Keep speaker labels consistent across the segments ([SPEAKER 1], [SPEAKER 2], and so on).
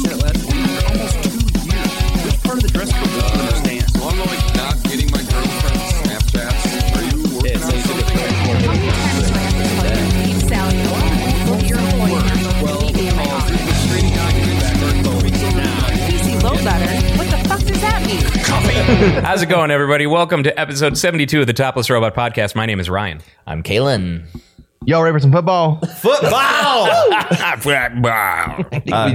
[SPEAKER 1] I'm like not getting my girlfriend's Snapchats. Are you working on something?
[SPEAKER 2] How's it going, everybody? Welcome to episode 72 of the Topless Robot Podcast. My name is Ryan.
[SPEAKER 3] I'm Kalen.
[SPEAKER 4] Yo, Raverson football.
[SPEAKER 3] Football!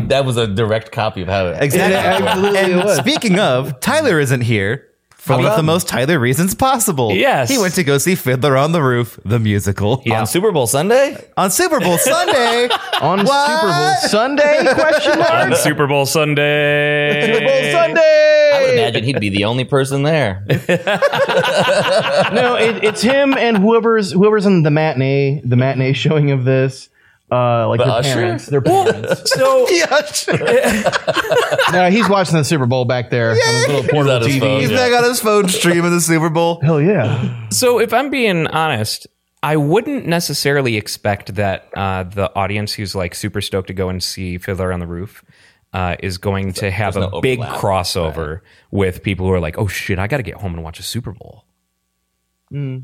[SPEAKER 5] that was a direct copy of how it.
[SPEAKER 3] exactly.
[SPEAKER 4] It absolutely
[SPEAKER 3] and
[SPEAKER 4] was.
[SPEAKER 3] speaking of, Tyler isn't here for one of the most Tyler reasons possible.
[SPEAKER 2] Yes.
[SPEAKER 3] He went to go see Fiddler on the Roof, the musical,
[SPEAKER 2] Yeah.
[SPEAKER 5] On Super Bowl Sunday,
[SPEAKER 3] on Super Bowl Sunday.
[SPEAKER 4] On Super Bowl Sunday? Question mark.
[SPEAKER 2] On Super Bowl Sunday.
[SPEAKER 4] Super Bowl
[SPEAKER 5] I would
[SPEAKER 4] Sunday.
[SPEAKER 5] imagine he'd be the only person there.
[SPEAKER 4] No, it, it's him and whoever's whoever's in the matinee, the matinee showing of this. Uh, like
[SPEAKER 5] The
[SPEAKER 4] their
[SPEAKER 5] usher?
[SPEAKER 4] parents. Their parents.
[SPEAKER 2] So,
[SPEAKER 3] yeah, sure.
[SPEAKER 4] no, he's watching the Super Bowl back there. on his little
[SPEAKER 5] He's
[SPEAKER 4] portable
[SPEAKER 5] out his
[SPEAKER 4] TV.
[SPEAKER 5] phone.
[SPEAKER 3] He's back on his phone streaming the Super Bowl.
[SPEAKER 4] Hell yeah.
[SPEAKER 2] so if I'm being honest, I wouldn't necessarily expect that uh, the audience who's like super stoked to go and see Fiddler on the Roof uh, is going to have a
[SPEAKER 5] there's no
[SPEAKER 2] big
[SPEAKER 5] overlap,
[SPEAKER 2] crossover with people who are like, oh shit, I got to get home and watch a Super Bowl.
[SPEAKER 3] Probably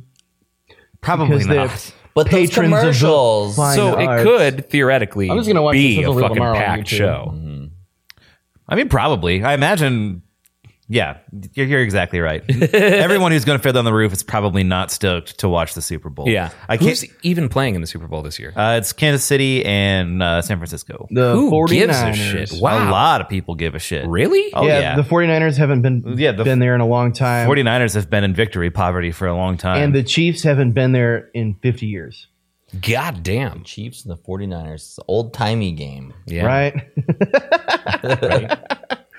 [SPEAKER 4] Because
[SPEAKER 3] not.
[SPEAKER 4] the
[SPEAKER 5] But those
[SPEAKER 4] Patrons of the
[SPEAKER 5] commercials.
[SPEAKER 4] fine- I
[SPEAKER 2] So
[SPEAKER 4] know,
[SPEAKER 2] it
[SPEAKER 4] alright.
[SPEAKER 2] could theoretically
[SPEAKER 4] I'm just gonna watch
[SPEAKER 2] be
[SPEAKER 4] the
[SPEAKER 2] a
[SPEAKER 4] Super Bowl
[SPEAKER 2] fucking
[SPEAKER 4] tomorrow on
[SPEAKER 2] packed
[SPEAKER 4] YouTube.
[SPEAKER 2] show.
[SPEAKER 3] I mean, probably. I imagine. Yeah, you're, you're exactly right. Everyone who's going to fit on the roof is probably not stoked to watch the Super Bowl.
[SPEAKER 2] Yeah.
[SPEAKER 3] I can't.
[SPEAKER 2] Who's even playing in the Super Bowl this year?
[SPEAKER 3] Uh, it's Kansas City and uh, San Francisco.
[SPEAKER 4] the
[SPEAKER 2] Who
[SPEAKER 4] 49ers.
[SPEAKER 2] gives a shit?
[SPEAKER 3] A
[SPEAKER 2] Wow.
[SPEAKER 3] lot of people give a shit.
[SPEAKER 2] Really?
[SPEAKER 3] Oh
[SPEAKER 4] yeah,
[SPEAKER 3] yeah.
[SPEAKER 4] the 49ers haven't been
[SPEAKER 3] Yeah, the-
[SPEAKER 4] been there in a long time.
[SPEAKER 3] 49ers have been in victory poverty for a long time.
[SPEAKER 4] and the Chiefs haven't been there in 50 years.
[SPEAKER 2] God damn.
[SPEAKER 5] Chiefs and the 49ers. It's an old timey game.
[SPEAKER 2] Yeah.
[SPEAKER 4] Right?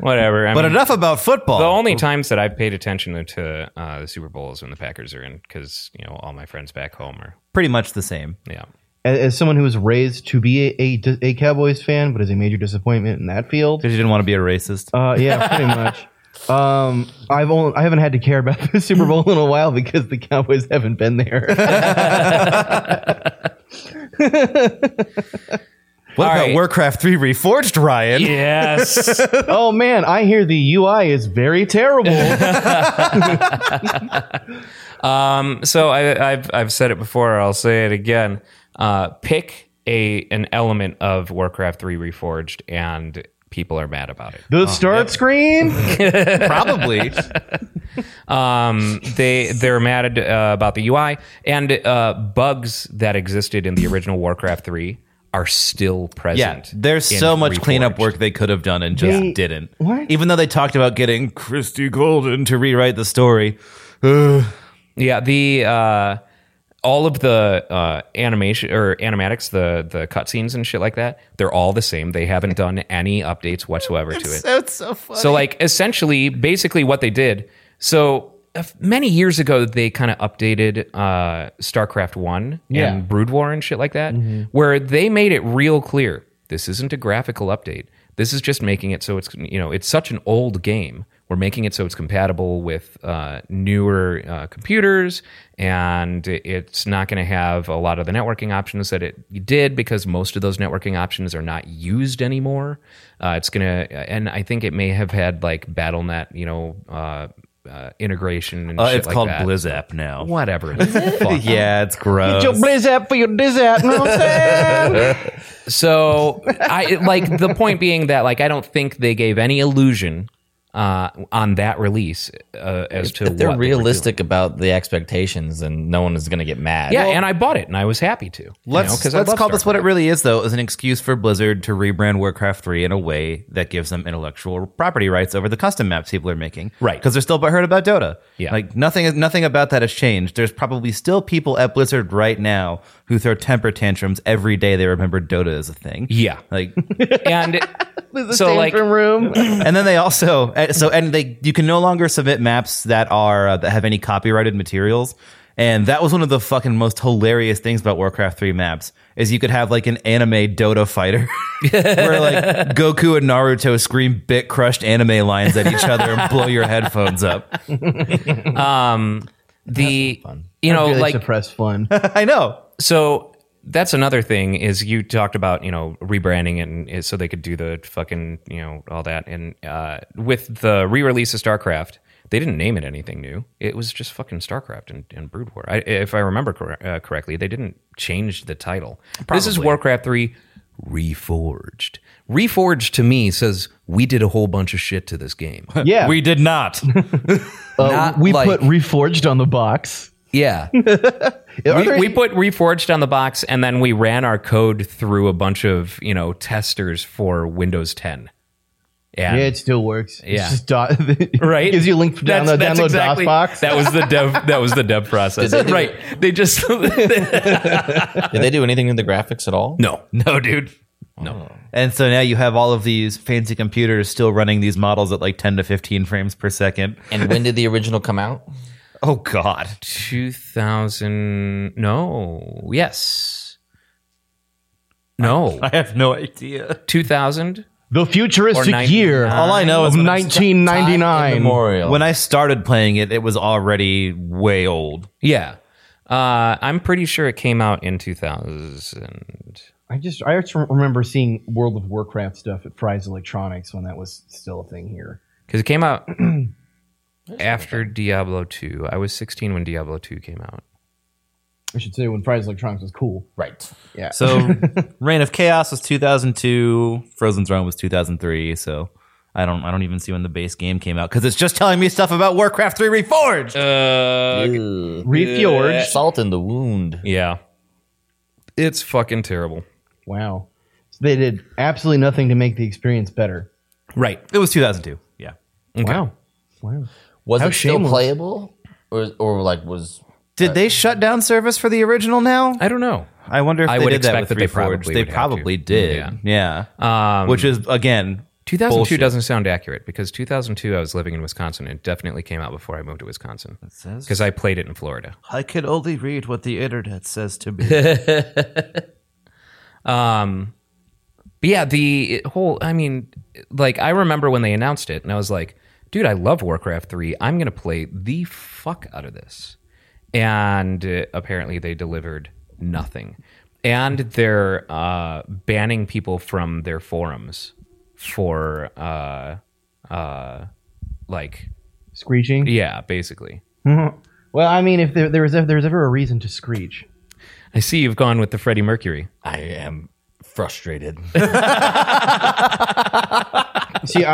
[SPEAKER 2] Whatever. I
[SPEAKER 3] but
[SPEAKER 2] mean,
[SPEAKER 3] enough about football.
[SPEAKER 2] the only times that I've paid attention to uh, the Super Bowl is when the Packers are in because, you know, all my friends back home are,
[SPEAKER 3] Pretty much the same.
[SPEAKER 2] yeah.
[SPEAKER 4] as, as someone who was raised to be a, a, a Cowboys fan, but is a major disappointment in that field.
[SPEAKER 3] Because you didn't want to be a racist.
[SPEAKER 4] Uh, yeah, pretty much. Um, I've only I haven't had to care about the Super Bowl in a while because the Cowboys haven't been there.
[SPEAKER 3] what about
[SPEAKER 2] right.
[SPEAKER 3] Warcraft 3 Reforged, Ryan?
[SPEAKER 2] Yes.
[SPEAKER 4] oh man, I hear the UI is very terrible.
[SPEAKER 2] um, so I, I've, I've said it before. I'll say it again. Uh, pick a an element of Warcraft 3 Reforged and people are mad about it.
[SPEAKER 4] The start screen.
[SPEAKER 2] Uh,
[SPEAKER 3] Probably.
[SPEAKER 2] Um, they they're mad uh, about the UI and uh, bugs that existed in the original Warcraft three are still
[SPEAKER 3] yeah.
[SPEAKER 2] present.
[SPEAKER 3] There's
[SPEAKER 2] in
[SPEAKER 3] so much
[SPEAKER 2] Reforged.
[SPEAKER 3] cleanup work they could have done and just
[SPEAKER 4] Yeah.
[SPEAKER 3] didn't.
[SPEAKER 4] What?
[SPEAKER 3] Even though they talked about getting Christy Golden to rewrite the story. Ugh.
[SPEAKER 2] Yeah, the uh, all of the uh, animation or animatics, the the cutscenes and shit like that, they're all the same. They haven't done any updates whatsoever to it.
[SPEAKER 3] That's so funny.
[SPEAKER 2] So, like, essentially, basically, what they did. So, if- many years ago, they kind of updated uh, StarCraft One
[SPEAKER 4] Yeah.
[SPEAKER 2] and Brood War and shit like that, where they made it real clear this isn't a graphical update. This is just making it so it's you know it's such an old game. We're making it so it's compatible with uh, newer uh, computers, and it's not going to have a lot of the networking options that it did because most of those networking options are not used anymore. Uh, it's going to, and I think it may have had like BattleNet, you know, uh, uh, integration and
[SPEAKER 3] Uh,
[SPEAKER 2] shit
[SPEAKER 3] it's
[SPEAKER 2] like
[SPEAKER 3] called
[SPEAKER 2] that.
[SPEAKER 3] Blizzap now.
[SPEAKER 2] Whatever. Fuck.
[SPEAKER 3] Yeah, it's gross.
[SPEAKER 4] Your blizz app for your diz app. know what I'm saying?
[SPEAKER 2] So I like the point being that like I don't think they gave any illusion uh, on that release uh, as to
[SPEAKER 5] If they're
[SPEAKER 2] what they were
[SPEAKER 5] realistic about the expectations, and no one is going to get mad.
[SPEAKER 2] doing. yeah, and I bought it and I was happy to. you know,
[SPEAKER 3] Let's
[SPEAKER 2] 'cause I
[SPEAKER 3] let's
[SPEAKER 2] love
[SPEAKER 3] call this
[SPEAKER 2] Starcraft.
[SPEAKER 3] what it really is, though, is an excuse for Blizzard to rebrand Warcraft 3 in a way that gives them intellectual property rights over the custom maps people are making,
[SPEAKER 2] Right.
[SPEAKER 3] Because they're still butthurt about Dota.
[SPEAKER 2] Yeah.
[SPEAKER 3] like nothing nothing about that has changed. There's probably still people at Blizzard right now who throw temper tantrums every day they remember Dota as a thing.
[SPEAKER 2] Yeah.
[SPEAKER 3] like
[SPEAKER 2] and
[SPEAKER 4] The
[SPEAKER 2] so
[SPEAKER 4] same
[SPEAKER 2] like
[SPEAKER 4] from room.
[SPEAKER 3] and then they eh, also uh, so and they you can no longer submit maps that are uh, that have any copyrighted materials And that was one of the fucking most hilarious things about Warcraft 3 maps is you could have like an anime Dota fighter where like Goku and Naruto scream bit crushed anime lines at each other and blow your headphones up.
[SPEAKER 2] The you know
[SPEAKER 4] Really
[SPEAKER 2] like
[SPEAKER 4] suppressed fun.
[SPEAKER 3] I know.
[SPEAKER 2] so that's another thing is you talked about you know rebranding and is so they could do the fucking you know all that and uh, with the re-release of starcraft they didn't name it anything new it was just fucking starcraft and, and brood war I, if i remember cor- uh, correctly they didn't change the title this is warcraft 3 reforged reforged to me says we did a whole bunch of shit to this game
[SPEAKER 4] Yeah,
[SPEAKER 3] We did not.
[SPEAKER 4] Uh,
[SPEAKER 2] not
[SPEAKER 4] we
[SPEAKER 2] like-
[SPEAKER 4] put reforged on the box.
[SPEAKER 2] yeah
[SPEAKER 4] Are
[SPEAKER 2] we,
[SPEAKER 4] there
[SPEAKER 2] we
[SPEAKER 4] any-
[SPEAKER 2] put reforged on the box and then we ran our code through a bunch of you know testers for windows 10
[SPEAKER 4] yeah,
[SPEAKER 2] and
[SPEAKER 4] it still works. It's
[SPEAKER 2] Yeah.
[SPEAKER 4] just dot,
[SPEAKER 2] right
[SPEAKER 4] Gives you a link to down
[SPEAKER 2] That's-
[SPEAKER 4] the
[SPEAKER 2] that's
[SPEAKER 4] download
[SPEAKER 2] exactly-
[SPEAKER 4] DOS box.
[SPEAKER 2] that was the dev that was the dev process
[SPEAKER 5] Did they do-
[SPEAKER 2] right they just
[SPEAKER 5] Did they do anything with the graphics at all?
[SPEAKER 2] no no dude
[SPEAKER 4] Oh.
[SPEAKER 2] no
[SPEAKER 3] And so now you have all of these fancy computers still running these models at like 10 to 15 frames per second.
[SPEAKER 5] And when did the original come out?
[SPEAKER 3] Oh god.
[SPEAKER 2] 2000 no yes no
[SPEAKER 3] I have no idea.
[SPEAKER 2] 2000
[SPEAKER 4] the futuristic
[SPEAKER 2] 99.
[SPEAKER 4] year
[SPEAKER 3] All I know
[SPEAKER 4] of
[SPEAKER 3] is when I,
[SPEAKER 5] Time
[SPEAKER 4] 1999.
[SPEAKER 5] Immemorial.
[SPEAKER 3] when I started playing it, it was already way old.
[SPEAKER 2] yeah uh, i'm pretty sure it came out in 2000
[SPEAKER 4] I just I just remember seeing World of Warcraft stuff at Fry's Electronics when that was still a thing here.
[SPEAKER 2] because it came out after Diablo 2. I was 16 when Diablo 2 came out.
[SPEAKER 4] I should say when Fry's Electronics was cool.
[SPEAKER 5] right.
[SPEAKER 4] Yeah.
[SPEAKER 3] So Reign of Chaos was 2002, Frozen Throne was 2003, so I don't I don't even see when the base game came out cuz it's just telling me stuff about Warcraft 3 Reforged.
[SPEAKER 2] Uh,
[SPEAKER 5] Ugh.
[SPEAKER 4] Uh, Refjord.
[SPEAKER 5] Salt in the wound.
[SPEAKER 2] Yeah. It's fucking terrible.
[SPEAKER 4] Wow. So they did absolutely nothing to make the experience better.
[SPEAKER 2] Right.
[SPEAKER 3] it was 2002. Yeah.
[SPEAKER 2] Wow.
[SPEAKER 4] Wow.
[SPEAKER 5] Was
[SPEAKER 4] How
[SPEAKER 5] it still
[SPEAKER 4] shameless.
[SPEAKER 5] playable? Or, or like was
[SPEAKER 3] Did they shut down service for the original now?
[SPEAKER 2] I don't know.
[SPEAKER 3] I wonder if
[SPEAKER 2] I
[SPEAKER 3] they
[SPEAKER 2] would
[SPEAKER 3] did that
[SPEAKER 2] expect
[SPEAKER 3] with
[SPEAKER 2] that they
[SPEAKER 3] Reforged.
[SPEAKER 2] probably
[SPEAKER 3] they
[SPEAKER 2] would have to. Um,
[SPEAKER 3] probably did. Yeah. Which is again
[SPEAKER 2] 2002
[SPEAKER 3] Bullshit.
[SPEAKER 2] doesn't sound accurate because 2002 I was living in Wisconsin. It definitely came out before I moved to Wisconsin
[SPEAKER 3] says-
[SPEAKER 2] because I played it in Florida.
[SPEAKER 3] I can only read what the internet says to me.
[SPEAKER 2] But yeah, the whole, I mean, like, I remember when they announced it and I was like, dude, I love Warcraft 3. I'm going to play the fuck out of this. And uh, apparently they delivered nothing. And they're uh, banning people from their forums for, uh, uh, like,
[SPEAKER 4] Screeching.
[SPEAKER 2] yeah, basically.
[SPEAKER 4] Well, I mean, if there, there was if there was ever a reason to screech,
[SPEAKER 2] I see you've gone with the Freddie Mercury.
[SPEAKER 5] I am frustrated.
[SPEAKER 4] see, I,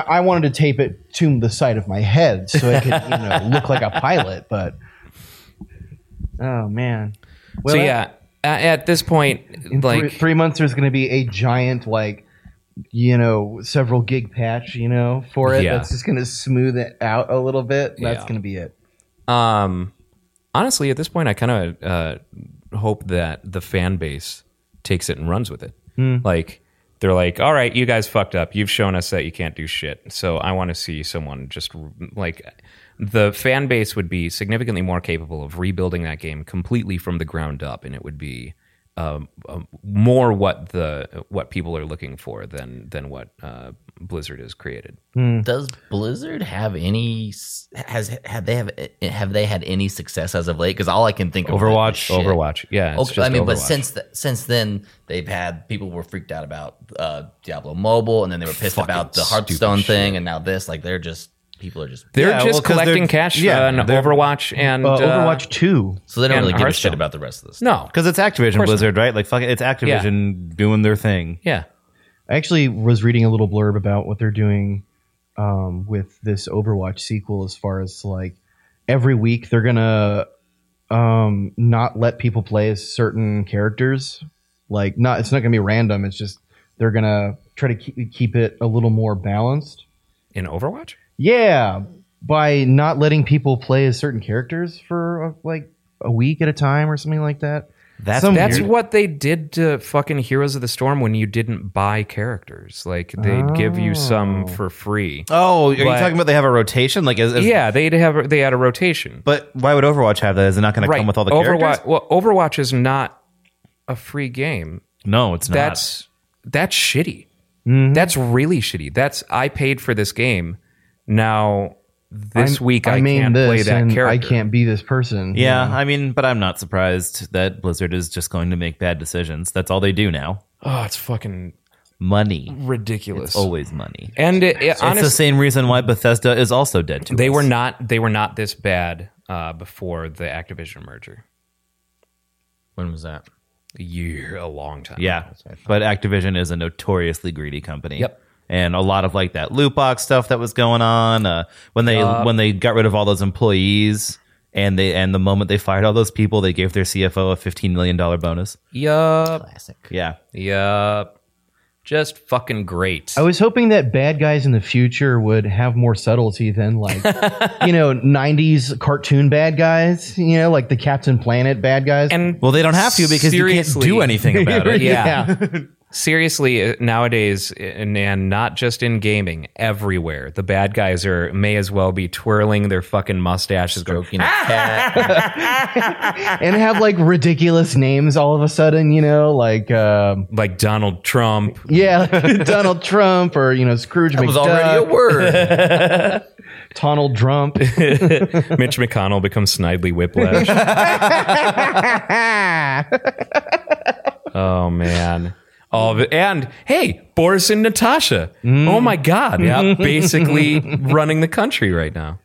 [SPEAKER 4] I wanted to tape it to the side of my head so it could you know look like a pilot, but oh man. Well,
[SPEAKER 2] so,
[SPEAKER 4] that-
[SPEAKER 2] yeah, a- at this point, like,
[SPEAKER 4] three, three months there's going to be a giant like you know several gig patch you know for it
[SPEAKER 2] Yeah.
[SPEAKER 4] that's just going to smooth it out a little bit
[SPEAKER 2] Yeah.
[SPEAKER 4] that's going to be it
[SPEAKER 2] Um, honestly, at this point, I kind of uh, hope that the fan base takes it and runs with it. Like they're like, "All right, you guys fucked up. You've shown us that you can't do shit. So I want to see someone just like the fan base would be significantly more capable of rebuilding that game completely from the ground up, and it would be." Um, um, more what the what people are looking for than than what uh, Blizzard has created.
[SPEAKER 5] Does Blizzard have any s- has have they have have they had any success as of late? Because all I can think of
[SPEAKER 3] Overwatch,
[SPEAKER 5] is shit.
[SPEAKER 2] Overwatch, yeah. it's
[SPEAKER 5] Okay,
[SPEAKER 2] just
[SPEAKER 5] I mean, but
[SPEAKER 2] Overwatch.
[SPEAKER 5] since th- since then they've had people were freaked out about uh, Diablo Mobile, and then they were pissed about the Hearthstone thing, and now this. Like they're just people are just
[SPEAKER 2] They're
[SPEAKER 3] Yeah, well,
[SPEAKER 2] just
[SPEAKER 3] 'cause they're-
[SPEAKER 2] collecting cash
[SPEAKER 3] yeah,
[SPEAKER 2] on
[SPEAKER 3] they're-
[SPEAKER 2] Overwatch and
[SPEAKER 4] uh,
[SPEAKER 2] uh,
[SPEAKER 4] overwatch 2
[SPEAKER 5] so they don't
[SPEAKER 2] And
[SPEAKER 5] really give a
[SPEAKER 2] Hearthstone.
[SPEAKER 5] shit about the rest of this.
[SPEAKER 2] No,
[SPEAKER 3] Because it's Activision
[SPEAKER 2] course
[SPEAKER 3] Blizzard, right? Like, fuck it, it's Activision doing their thing.
[SPEAKER 2] yeah,
[SPEAKER 4] i actually was reading a little blurb about what they're doing um, with this overwatch sequel as far as like every week they're going to um, not let people play as certain characters like not it's not going to be random it's just they're going to try to keep, keep it a little more balanced
[SPEAKER 2] in Overwatch.
[SPEAKER 4] Yeah, by not letting people play as certain characters for uh, like a week at a time or something like that.
[SPEAKER 3] That's
[SPEAKER 4] Some
[SPEAKER 2] That's
[SPEAKER 4] weird.
[SPEAKER 2] what they did to fucking Heroes of the Storm when you didn't buy characters. Like they'd give you some for free.
[SPEAKER 3] Oh, are you
[SPEAKER 2] But-
[SPEAKER 3] talking about they have a rotation? Like, is, is-
[SPEAKER 2] yeah, they'd have they had a rotation.
[SPEAKER 3] But why would Overwatch have that? Is it not going to come with all the
[SPEAKER 2] Overwatch,
[SPEAKER 3] characters?
[SPEAKER 2] Well, Overwatch is not a free game.
[SPEAKER 3] No, it's not.
[SPEAKER 2] That's that's shitty. That's really shitty. That's I paid for this game. Now this
[SPEAKER 4] I'm-
[SPEAKER 2] week I,
[SPEAKER 4] mean
[SPEAKER 2] can't
[SPEAKER 4] this,
[SPEAKER 2] play that
[SPEAKER 4] and
[SPEAKER 2] character.
[SPEAKER 4] I can't be this person.
[SPEAKER 3] yeah, I mean, but I'm not surprised that Blizzard is just going to make bad decisions. That's all they do now.
[SPEAKER 2] Oh, it's fucking
[SPEAKER 3] Money,
[SPEAKER 2] ridiculous.
[SPEAKER 3] always money.
[SPEAKER 2] and it, it,
[SPEAKER 3] it's
[SPEAKER 2] honestly,
[SPEAKER 3] the same reason why Bethesda is also dead to
[SPEAKER 2] they
[SPEAKER 3] us.
[SPEAKER 2] were not they were not this bad uh, before the Activision merger.
[SPEAKER 5] When was that?
[SPEAKER 2] A year, a long time.
[SPEAKER 3] Yeah, but Activision is a notoriously greedy company.
[SPEAKER 2] Yep.
[SPEAKER 3] And a lot of like that loot box stuff that was going on uh, when they when they got rid of all those employees and they and the moment they fired all those people, they gave their CFO a fifteen million dollar bonus.
[SPEAKER 2] Yup.
[SPEAKER 5] Classic.
[SPEAKER 3] Yeah,
[SPEAKER 2] Yup. Just fucking great.
[SPEAKER 4] I was hoping that bad guys in the future would have more subtlety than like, you know, '90s cartoon bad guys. You know, like the Captain Planet bad guys.
[SPEAKER 2] and
[SPEAKER 3] Well, they don't have to because
[SPEAKER 2] Seriously.
[SPEAKER 3] you can't do anything about it.
[SPEAKER 2] yeah. Seriously, uh, nowadays, and, and not just in gaming, everywhere, the bad guys are may as well be twirling their fucking mustaches. "Ah!" Going,
[SPEAKER 5] Stroking a cat.
[SPEAKER 4] and have like ridiculous names all of a sudden. You know, like um,
[SPEAKER 2] like Donald Trump.
[SPEAKER 4] yeah, Donald Trump or you know Scrooge
[SPEAKER 5] It was already a
[SPEAKER 4] McDuck,
[SPEAKER 5] word.
[SPEAKER 4] Donald Trump.
[SPEAKER 2] Mitch McConnell becomes Snidely Whiplash. oh man. All of it. And hey, Boris and Natasha. Oh my God. Yeah. Basically running the country right now.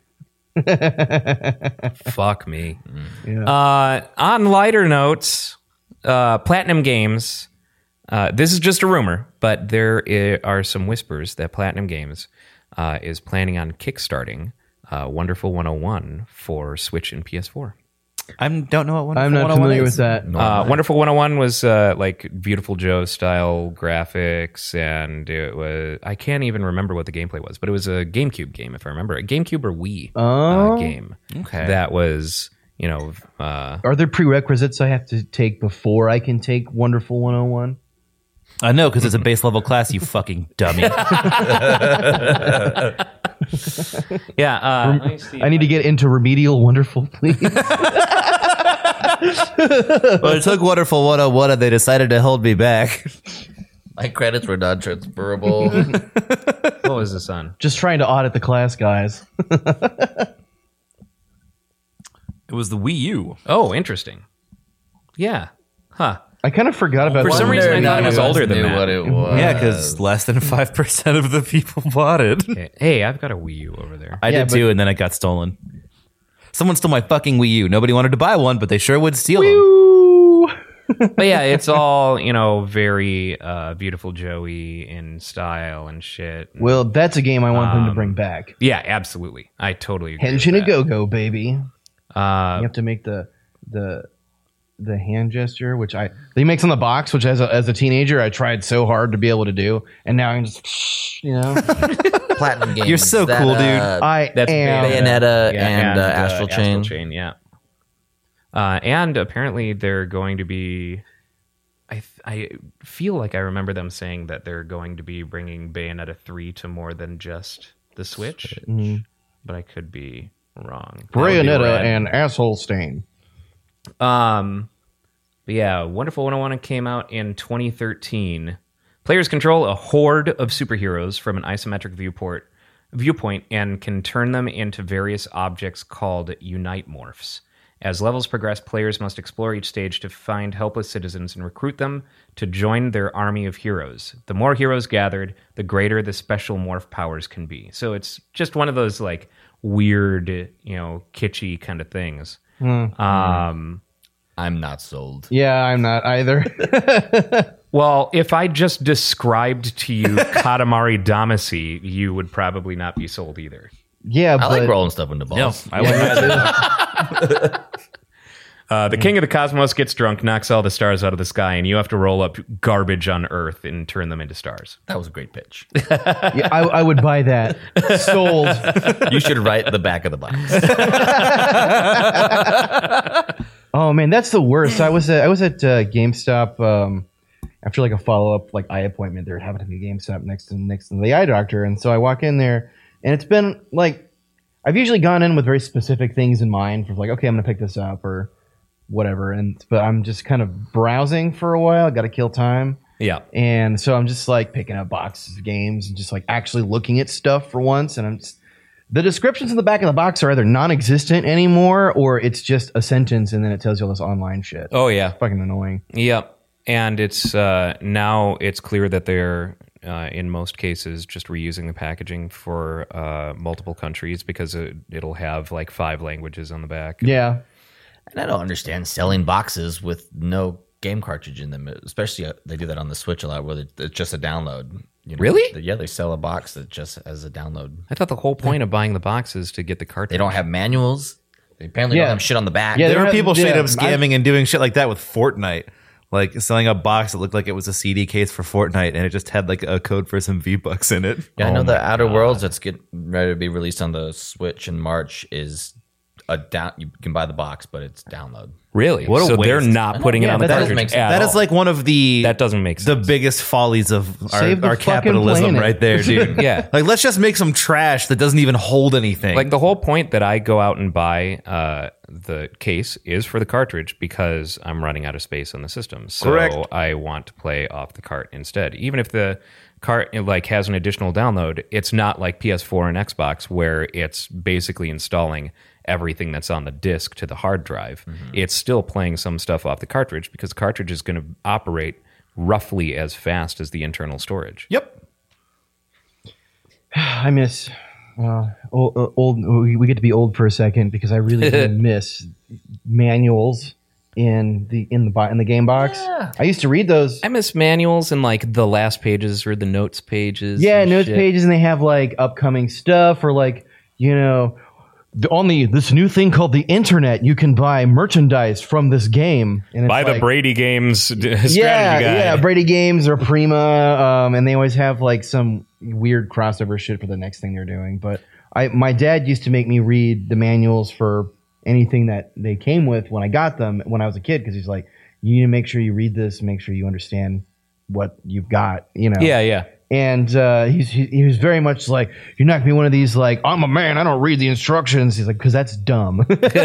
[SPEAKER 2] Fuck me. Uh, on lighter notes, uh, Platinum Games. Uh, this is just a rumor, but there i- are some whispers that Platinum Games uh, is planning on kickstarting uh, Wonderful 101 for Switch and PS4.
[SPEAKER 3] I don't know what one.
[SPEAKER 4] I'm not familiar with that.
[SPEAKER 2] Uh, Wonderful 101 was uh, like Beautiful Joe style graphics, and it was I can't even remember what the gameplay was, but it was a GameCube game, if I remember, a GameCube or Wii uh, game.
[SPEAKER 3] okay.
[SPEAKER 2] that was you know uh,
[SPEAKER 4] Are there prerequisites I have to take before I can take Wonderful 101?
[SPEAKER 3] I know because it's a base level class. You fucking dummy.
[SPEAKER 2] yeah. Uh,
[SPEAKER 4] I need to get into remedial wonderful, please.
[SPEAKER 3] well, it took Wonderful 101 and they decided to hold me back.
[SPEAKER 5] My credits were not transferable.
[SPEAKER 2] what was this on?
[SPEAKER 4] Just trying to audit the class, guys.
[SPEAKER 6] It was the Wii U.
[SPEAKER 2] Oh, interesting. Yeah. Huh.
[SPEAKER 4] I kind of forgot about
[SPEAKER 2] For
[SPEAKER 4] that.
[SPEAKER 2] some
[SPEAKER 4] one.
[SPEAKER 2] reason, I thought it was
[SPEAKER 5] None of us
[SPEAKER 2] older than
[SPEAKER 5] knew
[SPEAKER 2] that.
[SPEAKER 5] What it was.
[SPEAKER 3] yeah, because less than 5% of the people bought it.
[SPEAKER 2] Hey, Hey, I've got a Wii U over there.
[SPEAKER 3] I
[SPEAKER 4] Yeah,
[SPEAKER 3] did
[SPEAKER 4] but-
[SPEAKER 3] too, and then it got stolen. Someone stole my fucking Wii U. Nobody wanted to buy one, but they sure would steal them.
[SPEAKER 2] but yeah, it's all you know, very uh, beautiful Joey in style and shit.
[SPEAKER 4] Well, that's a game I want them to bring back.
[SPEAKER 2] Yeah, absolutely. I totally agree. with
[SPEAKER 4] Henshin a
[SPEAKER 2] that.
[SPEAKER 4] go go, baby.
[SPEAKER 2] Uh,
[SPEAKER 4] You have to make the the the hand gesture, which I they makes on the box, which as a, as a teenager I tried so hard to be able to do, and now I'm just you know
[SPEAKER 5] Platinum games.
[SPEAKER 3] You're so
[SPEAKER 5] that,
[SPEAKER 3] cool, dude.
[SPEAKER 5] uh,
[SPEAKER 4] I
[SPEAKER 2] That's
[SPEAKER 4] am
[SPEAKER 5] Bayonetta
[SPEAKER 2] yeah,
[SPEAKER 5] and, uh, Astral Chain.
[SPEAKER 2] yeah. Uh, and apparently, they're going to be. I th- I feel like I remember them saying that they're going to be bringing Bayonetta three to more than just the Switch, but I could be wrong.
[SPEAKER 4] Bayonetta and asshole stain.
[SPEAKER 2] Um, but yeah, Wonderful 101 came out in 2013. Players control a horde of superheroes from an isometric viewport viewpoint and can turn them into various objects called unite morphs. As levels progress, players must explore each stage to find helpless citizens and recruit them to join their army of heroes. The more heroes gathered, the greater the special morph powers can be. So it's just one of those like weird, you know, kitschy kind of things. Um,
[SPEAKER 5] I'm not sold.
[SPEAKER 4] Yeah, I'm not either.
[SPEAKER 2] Well, if I just described to you Katamari Damacy, you would probably not be sold either.
[SPEAKER 4] yeah,
[SPEAKER 5] I
[SPEAKER 4] but
[SPEAKER 5] like rolling stuff into
[SPEAKER 2] Oh,
[SPEAKER 5] balls.
[SPEAKER 3] I wouldn't either.
[SPEAKER 2] Uh, the king of the cosmos gets drunk, knocks all the stars out of the sky, and you have to roll up garbage on Earth and turn them into stars.
[SPEAKER 5] That was a great pitch.
[SPEAKER 4] yeah, I, I would buy that. Sold.
[SPEAKER 5] you should write the back of the box.
[SPEAKER 4] Oh Oh man, that's the worst. I was at, I was at uh, GameStop um, after like a follow up like eye appointment. There happened to be a GameStop next to next to the eye doctor, and so I walk in there, and it's been like I've usually gone in with very specific things in mind for like okay, I'm gonna pick this up or whatever, and but I'm just kind of browsing for a while. Got to kill time.
[SPEAKER 2] Yeah.
[SPEAKER 4] And so I'm just like picking up boxes of games and just like actually looking at stuff for once. And I'm just, the descriptions in the back of the box are either non existent anymore or it's just a sentence and then it tells you all this online shit.
[SPEAKER 2] Oh yeah.
[SPEAKER 4] Fucking annoying.
[SPEAKER 2] Yep. And it's uh, now it's clear that they're uh, in most cases just reusing the packaging for uh, multiple countries because it, it'll have like five languages on the back.
[SPEAKER 4] Yeah.
[SPEAKER 5] And I don't understand selling boxes with no game cartridge in them. Especially uh, they do that on the Switch a lot, where it- it's just a download. You know?
[SPEAKER 2] Really?
[SPEAKER 5] Yeah, they sell a box that just has a download.
[SPEAKER 2] I thought the whole point of buying the box is to get the cartridge.
[SPEAKER 5] They don't have manuals. They apparently
[SPEAKER 4] Yeah.
[SPEAKER 5] don't have shit on the back.
[SPEAKER 4] Yeah,
[SPEAKER 7] There
[SPEAKER 4] they're
[SPEAKER 7] were
[SPEAKER 4] not-
[SPEAKER 7] people straight
[SPEAKER 4] yeah,
[SPEAKER 7] up scamming and doing shit like that with Fortnite. Like selling a box that looked like it was a CD case for Fortnite, and it just had like a code for some V Bucks in it.
[SPEAKER 5] Yeah, I
[SPEAKER 4] Oh.
[SPEAKER 5] know the Outer Worlds that's getting ready to be released on the Switch in March is a down. You can buy the box, but it's download.
[SPEAKER 2] really.
[SPEAKER 7] What a
[SPEAKER 2] so they're
[SPEAKER 7] waste.
[SPEAKER 2] not putting it
[SPEAKER 4] yeah,
[SPEAKER 2] on the
[SPEAKER 4] that doesn't
[SPEAKER 2] cartridge.
[SPEAKER 5] make sense.
[SPEAKER 2] at
[SPEAKER 7] That
[SPEAKER 2] all.
[SPEAKER 7] is like one of the
[SPEAKER 2] that doesn't make
[SPEAKER 7] the
[SPEAKER 2] sense.
[SPEAKER 7] biggest follies of our,
[SPEAKER 4] Save the
[SPEAKER 7] our
[SPEAKER 4] fucking
[SPEAKER 7] capitalism,
[SPEAKER 4] planet.
[SPEAKER 7] right there, dude.
[SPEAKER 2] Yeah.
[SPEAKER 7] like let's just make some trash that doesn't even hold anything.
[SPEAKER 2] like the whole point that I go out and buy uh, the case is for the cartridge because I'm running out of space on the system. So
[SPEAKER 7] Correct.
[SPEAKER 2] I want to play off the cart instead. Even if the cart it, like has an additional download, it's not like PS4 and Xbox where it's basically installing everything that's on the disk to the hard drive.
[SPEAKER 7] Mm-hmm.
[SPEAKER 2] It's still playing some stuff off the cartridge because the cartridge is going to operate roughly as fast as the internal storage.
[SPEAKER 7] yep.
[SPEAKER 4] I miss. Uh, old, uh, old, we we get to be old for a second because I really do miss manuals in the in the bo- in the game box. I used to read those.
[SPEAKER 2] I miss manuals and like the last pages or the notes pages.
[SPEAKER 4] Yeah,
[SPEAKER 2] and
[SPEAKER 4] notes
[SPEAKER 2] shit.
[SPEAKER 4] pages, and they have like upcoming stuff or like you know, the, on the this new thing called the internet, you can buy merchandise from this game. And it's
[SPEAKER 2] Buy the
[SPEAKER 4] like-
[SPEAKER 2] Brady Games d- strategy
[SPEAKER 4] Yeah,
[SPEAKER 2] guide.
[SPEAKER 4] yeah, Brady Games or Prima, um, and they always have like some weird crossover shit for the next thing they're doing. But I, my dad used to make me read the manuals for anything that they came with when I got them when I was a kid because he's like, you need to make sure you read this, make sure you understand what you've got, you know
[SPEAKER 2] yeah, yeah.
[SPEAKER 4] and uh, he's he, he was very much like you're not gonna be one of these like I'm a man I don't read the instructions he's like because that's dumb And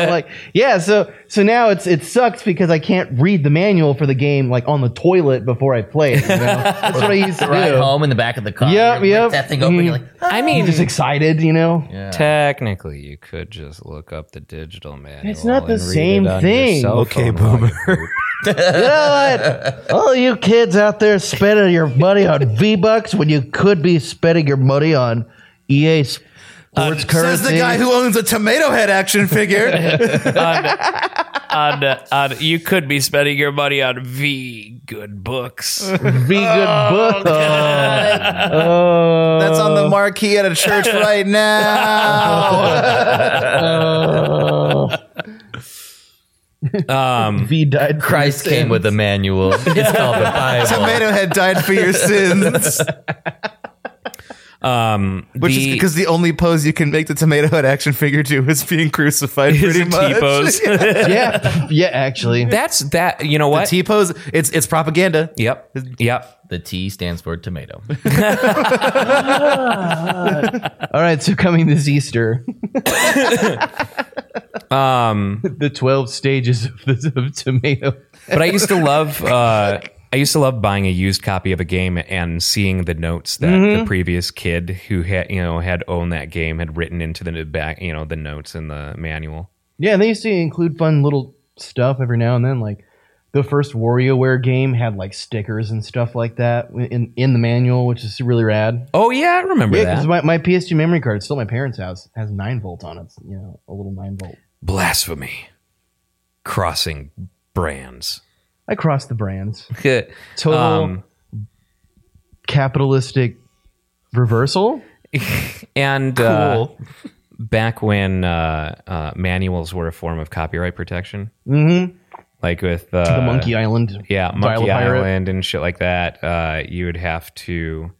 [SPEAKER 4] I'm like yeah so so now it's it sucks because I can't read the manual for the game like on the toilet before I play it you know? that's what I used to
[SPEAKER 5] Right
[SPEAKER 4] do
[SPEAKER 5] home in the back of the car.
[SPEAKER 4] Yep,
[SPEAKER 5] you
[SPEAKER 4] yep.
[SPEAKER 5] rip That thing open. You're like,
[SPEAKER 2] I
[SPEAKER 4] I'm
[SPEAKER 2] mean,
[SPEAKER 4] just excited you know
[SPEAKER 2] technically, you could just look up the digital manual.
[SPEAKER 4] It's not the
[SPEAKER 2] and read it
[SPEAKER 4] same
[SPEAKER 2] on your
[SPEAKER 4] thing.
[SPEAKER 2] cell
[SPEAKER 7] Okay,
[SPEAKER 2] phone while
[SPEAKER 7] boomer.
[SPEAKER 2] you're poop.
[SPEAKER 4] you know what all you kids out there spending your money on V bucks when you could be spending your money on EA sports
[SPEAKER 5] Uh,
[SPEAKER 4] currency
[SPEAKER 7] Says the guy who owns a tomato head action figure.
[SPEAKER 8] on, uh, on you could be spending your money on V good books.
[SPEAKER 4] vegan book Oh.
[SPEAKER 7] That's on the marquee at a church right now.
[SPEAKER 4] V died for
[SPEAKER 5] Christ
[SPEAKER 4] your
[SPEAKER 5] came with a manual. It's called the Bible.
[SPEAKER 7] tomato head died for your sins.
[SPEAKER 2] Um,
[SPEAKER 7] Which is
[SPEAKER 2] the,
[SPEAKER 7] because the only pose you can make the tomato head action figure do is being crucified. Pretty much.
[SPEAKER 8] T-pose.
[SPEAKER 4] sins. yeah yeah actually
[SPEAKER 2] that's that. You know what?
[SPEAKER 7] T pose. It's it's propaganda.
[SPEAKER 2] yep. Yep.
[SPEAKER 5] The T stands for tomato.
[SPEAKER 4] all right so coming this easter
[SPEAKER 2] Um,
[SPEAKER 4] the 12 stages of, the, of tomato
[SPEAKER 2] but I used to love. Uh, I used to love buying a used copy of a game and seeing the notes that
[SPEAKER 4] Mm-hmm.
[SPEAKER 2] the previous kid who had you know had owned that game had written into the back you know the notes in the manual.
[SPEAKER 4] yeah and they used to include fun little stuff every now and then like the first WarioWare game had like stickers and stuff like that in in the manual, which is really rad.
[SPEAKER 2] Oh yeah, I remember
[SPEAKER 4] Yeah,
[SPEAKER 2] that.
[SPEAKER 4] because my, my PS2 memory card, it's still at my parents' house, has nine volt on it. It's, you know, a little nine volt.
[SPEAKER 2] blasphemy crossing brands
[SPEAKER 4] I crossed the brands.
[SPEAKER 2] um,
[SPEAKER 4] Total capitalistic reversal.
[SPEAKER 2] and uh, back when uh, uh, manuals were a form of copyright protection
[SPEAKER 4] Mm-hmm.
[SPEAKER 2] like with uh,
[SPEAKER 4] The Monkey Island.
[SPEAKER 2] yeah monkey
[SPEAKER 4] Pirate.
[SPEAKER 2] island and shit like that uh, you would have to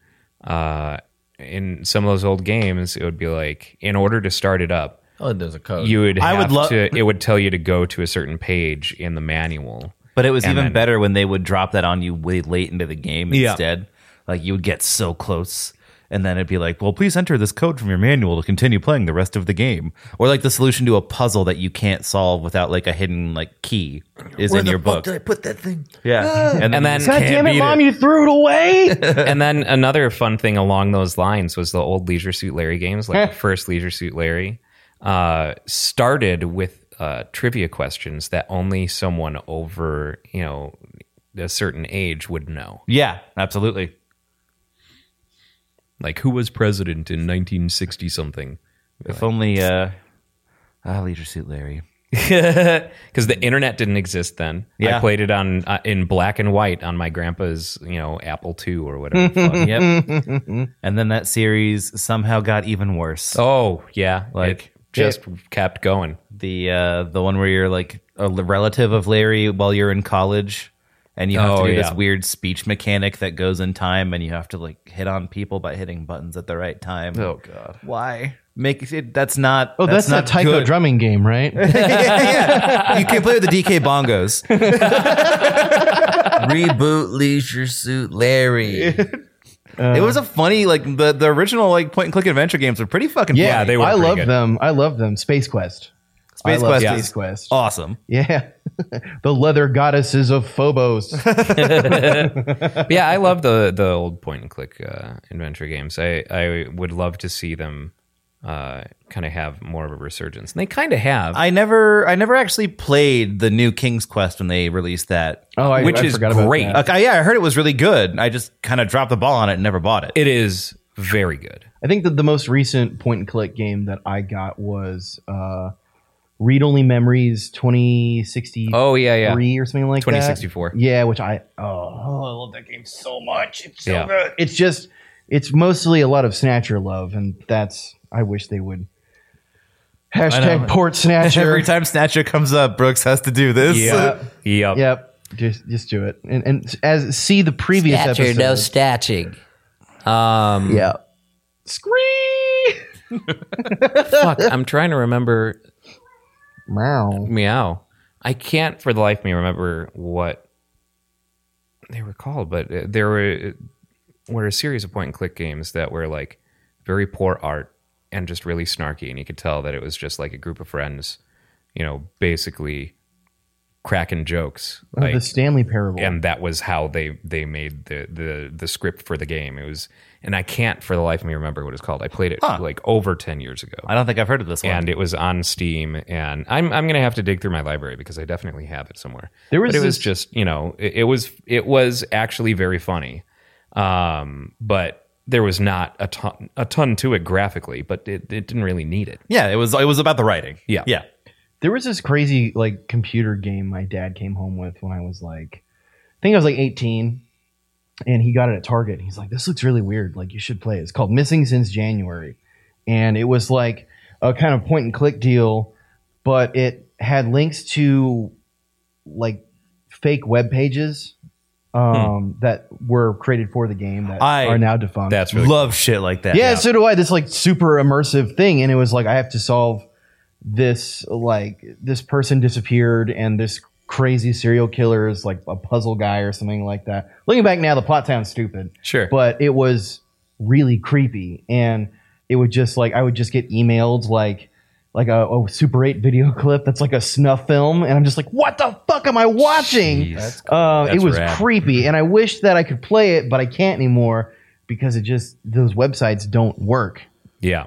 [SPEAKER 2] uh, in some of those old games it would be like in order to start it up
[SPEAKER 5] Oh, there's a code.
[SPEAKER 2] you would
[SPEAKER 7] I
[SPEAKER 2] I
[SPEAKER 7] would
[SPEAKER 2] would
[SPEAKER 7] love-
[SPEAKER 2] to it would tell you to go to a certain page in the manual.
[SPEAKER 7] But it was
[SPEAKER 2] And
[SPEAKER 7] even
[SPEAKER 2] then-
[SPEAKER 7] better when they would drop that on you way late into the game
[SPEAKER 2] Yeah.
[SPEAKER 7] instead. Like you would get so close. And then it'd be like, well, please enter this code from your manual to continue playing the rest of the game. Or like the solution to a puzzle that you can't solve without like a hidden like key is in your book.
[SPEAKER 5] I put that thing?
[SPEAKER 7] Yeah. and
[SPEAKER 2] And then
[SPEAKER 4] God damn it, mom! You threw it away.
[SPEAKER 2] and then another fun thing along those lines was the old Leisure Suit Larry games, like the first Leisure Suit Larry, uh, started with uh, trivia questions that only someone over you know a certain age would know,
[SPEAKER 7] yeah, absolutely.
[SPEAKER 2] like who was president in 1960 something,
[SPEAKER 7] If only uh Ah, Leisure Suit Larry.
[SPEAKER 2] because the internet didn't exist then.
[SPEAKER 7] Yeah.
[SPEAKER 2] I played it on uh, in black and white on my grandpa's you know Apple II or whatever. the fuck.
[SPEAKER 7] Yep. and then that series somehow got even worse.
[SPEAKER 2] Oh yeah,
[SPEAKER 7] Like-
[SPEAKER 2] like just kept going.
[SPEAKER 7] the uh the one where you're like a l- relative of Larry while you're in college and you have
[SPEAKER 2] Oh,
[SPEAKER 7] to do
[SPEAKER 2] yeah.
[SPEAKER 7] this weird speech mechanic that goes in time and you have to like hit on people by hitting buttons at the right time. Oh god. Why? Make it that's not
[SPEAKER 4] Oh, that's,
[SPEAKER 7] not
[SPEAKER 4] a taiko
[SPEAKER 7] good.
[SPEAKER 4] drumming game, right?
[SPEAKER 7] yeah. You can play with the DK bongos.
[SPEAKER 5] Reboot Leisure Suit Larry.
[SPEAKER 7] it was a funny like the, the original like point and click adventure games were pretty fucking
[SPEAKER 4] yeah,
[SPEAKER 7] funny.
[SPEAKER 2] they were
[SPEAKER 4] I
[SPEAKER 2] pretty
[SPEAKER 4] love
[SPEAKER 2] good.
[SPEAKER 4] them. I love them. Space Quest. I
[SPEAKER 7] Space
[SPEAKER 4] love
[SPEAKER 7] Quest
[SPEAKER 4] Space
[SPEAKER 7] is
[SPEAKER 4] Quest.
[SPEAKER 7] awesome.
[SPEAKER 4] Yeah, the leather goddesses of Phobos.
[SPEAKER 2] yeah, I love the the old point and click uh, adventure games. I I would love to see them uh, kind of have more of a resurgence, and they kind of have.
[SPEAKER 7] I never I never actually played the new King's Quest when they released that.
[SPEAKER 4] Oh, I,
[SPEAKER 2] Which
[SPEAKER 4] I
[SPEAKER 2] is
[SPEAKER 4] forgot about
[SPEAKER 2] great.
[SPEAKER 4] that.
[SPEAKER 7] Okay, yeah, I heard it was really good. I just kind of dropped the ball on it and never bought it.
[SPEAKER 2] it is very good.
[SPEAKER 4] I think that the most recent point and click game that I got was uh, Read Only Memories 2063
[SPEAKER 2] Oh yeah, yeah.
[SPEAKER 4] or something like that.
[SPEAKER 2] 2064.
[SPEAKER 4] Yeah, which I oh, I love that game so much. It's so
[SPEAKER 2] Yeah.
[SPEAKER 4] good. It's just it's mostly a lot of snatcher love, and that's I wish they would. Hashtag port snatcher.
[SPEAKER 7] Every time Snatcher comes up, Uh, Brooks has to do this.
[SPEAKER 4] Yep.
[SPEAKER 2] Yep.
[SPEAKER 4] Yep. Just just do it, and and as see the previous episode.
[SPEAKER 5] statching. Um,
[SPEAKER 4] yeah. Scree.
[SPEAKER 2] Fuck, I'm trying to remember
[SPEAKER 4] Wow.
[SPEAKER 2] meow. I can't for the life of me remember what they were called, but uh, there were uh, were a series of point and click games that were like very poor art and just really snarky, and you could tell that it was just like a group of friends, you know, basically cracking jokes.
[SPEAKER 4] Oh,
[SPEAKER 2] like-
[SPEAKER 4] the Stanley Parable.
[SPEAKER 2] and that was how they they made the the the script for the game. It was, and I can't for the life of me remember what it's called. I played it like over ten years ago
[SPEAKER 7] I don't think I've heard of this one.
[SPEAKER 2] and it was on Steam. And I'm I'm gonna have to dig through my library because I definitely have it somewhere.
[SPEAKER 4] There was
[SPEAKER 2] but it was
[SPEAKER 4] this-
[SPEAKER 2] just you know it, it was it was actually very funny, um, but there was not a ton a ton to it graphically, but it, it didn't really need it.
[SPEAKER 7] yeah, it was it was about the writing.
[SPEAKER 2] Yeah.
[SPEAKER 7] Yeah.
[SPEAKER 4] There was this crazy like computer game my dad came home with when I was like, I think I was like 18, and he got it at Target. He's like, "This looks really weird. Like you should play." it." It's called Missing Since January, and it was like a kind of point and click deal, but it had links to like fake web pages um, that were created for the game that
[SPEAKER 7] I-
[SPEAKER 4] are now defunct.
[SPEAKER 2] That's really
[SPEAKER 7] Love shit like that.
[SPEAKER 4] Yeah, so do I. This like super immersive thing, and it was like I have to solve this like this person disappeared, and this crazy serial killer is like a puzzle guy or something like that. Looking back now, the plot sounds stupid,
[SPEAKER 2] sure.
[SPEAKER 4] but it was really creepy, and it would just like I would just get emailed like like a, a Super Eight video clip that's like a snuff film, and I'm just like, what the fuck am I watching? Uh, it
[SPEAKER 2] That's
[SPEAKER 4] was
[SPEAKER 2] rad.
[SPEAKER 4] creepy, and I wish that I could play it, but I can't anymore because it just those websites don't work.
[SPEAKER 2] yeah.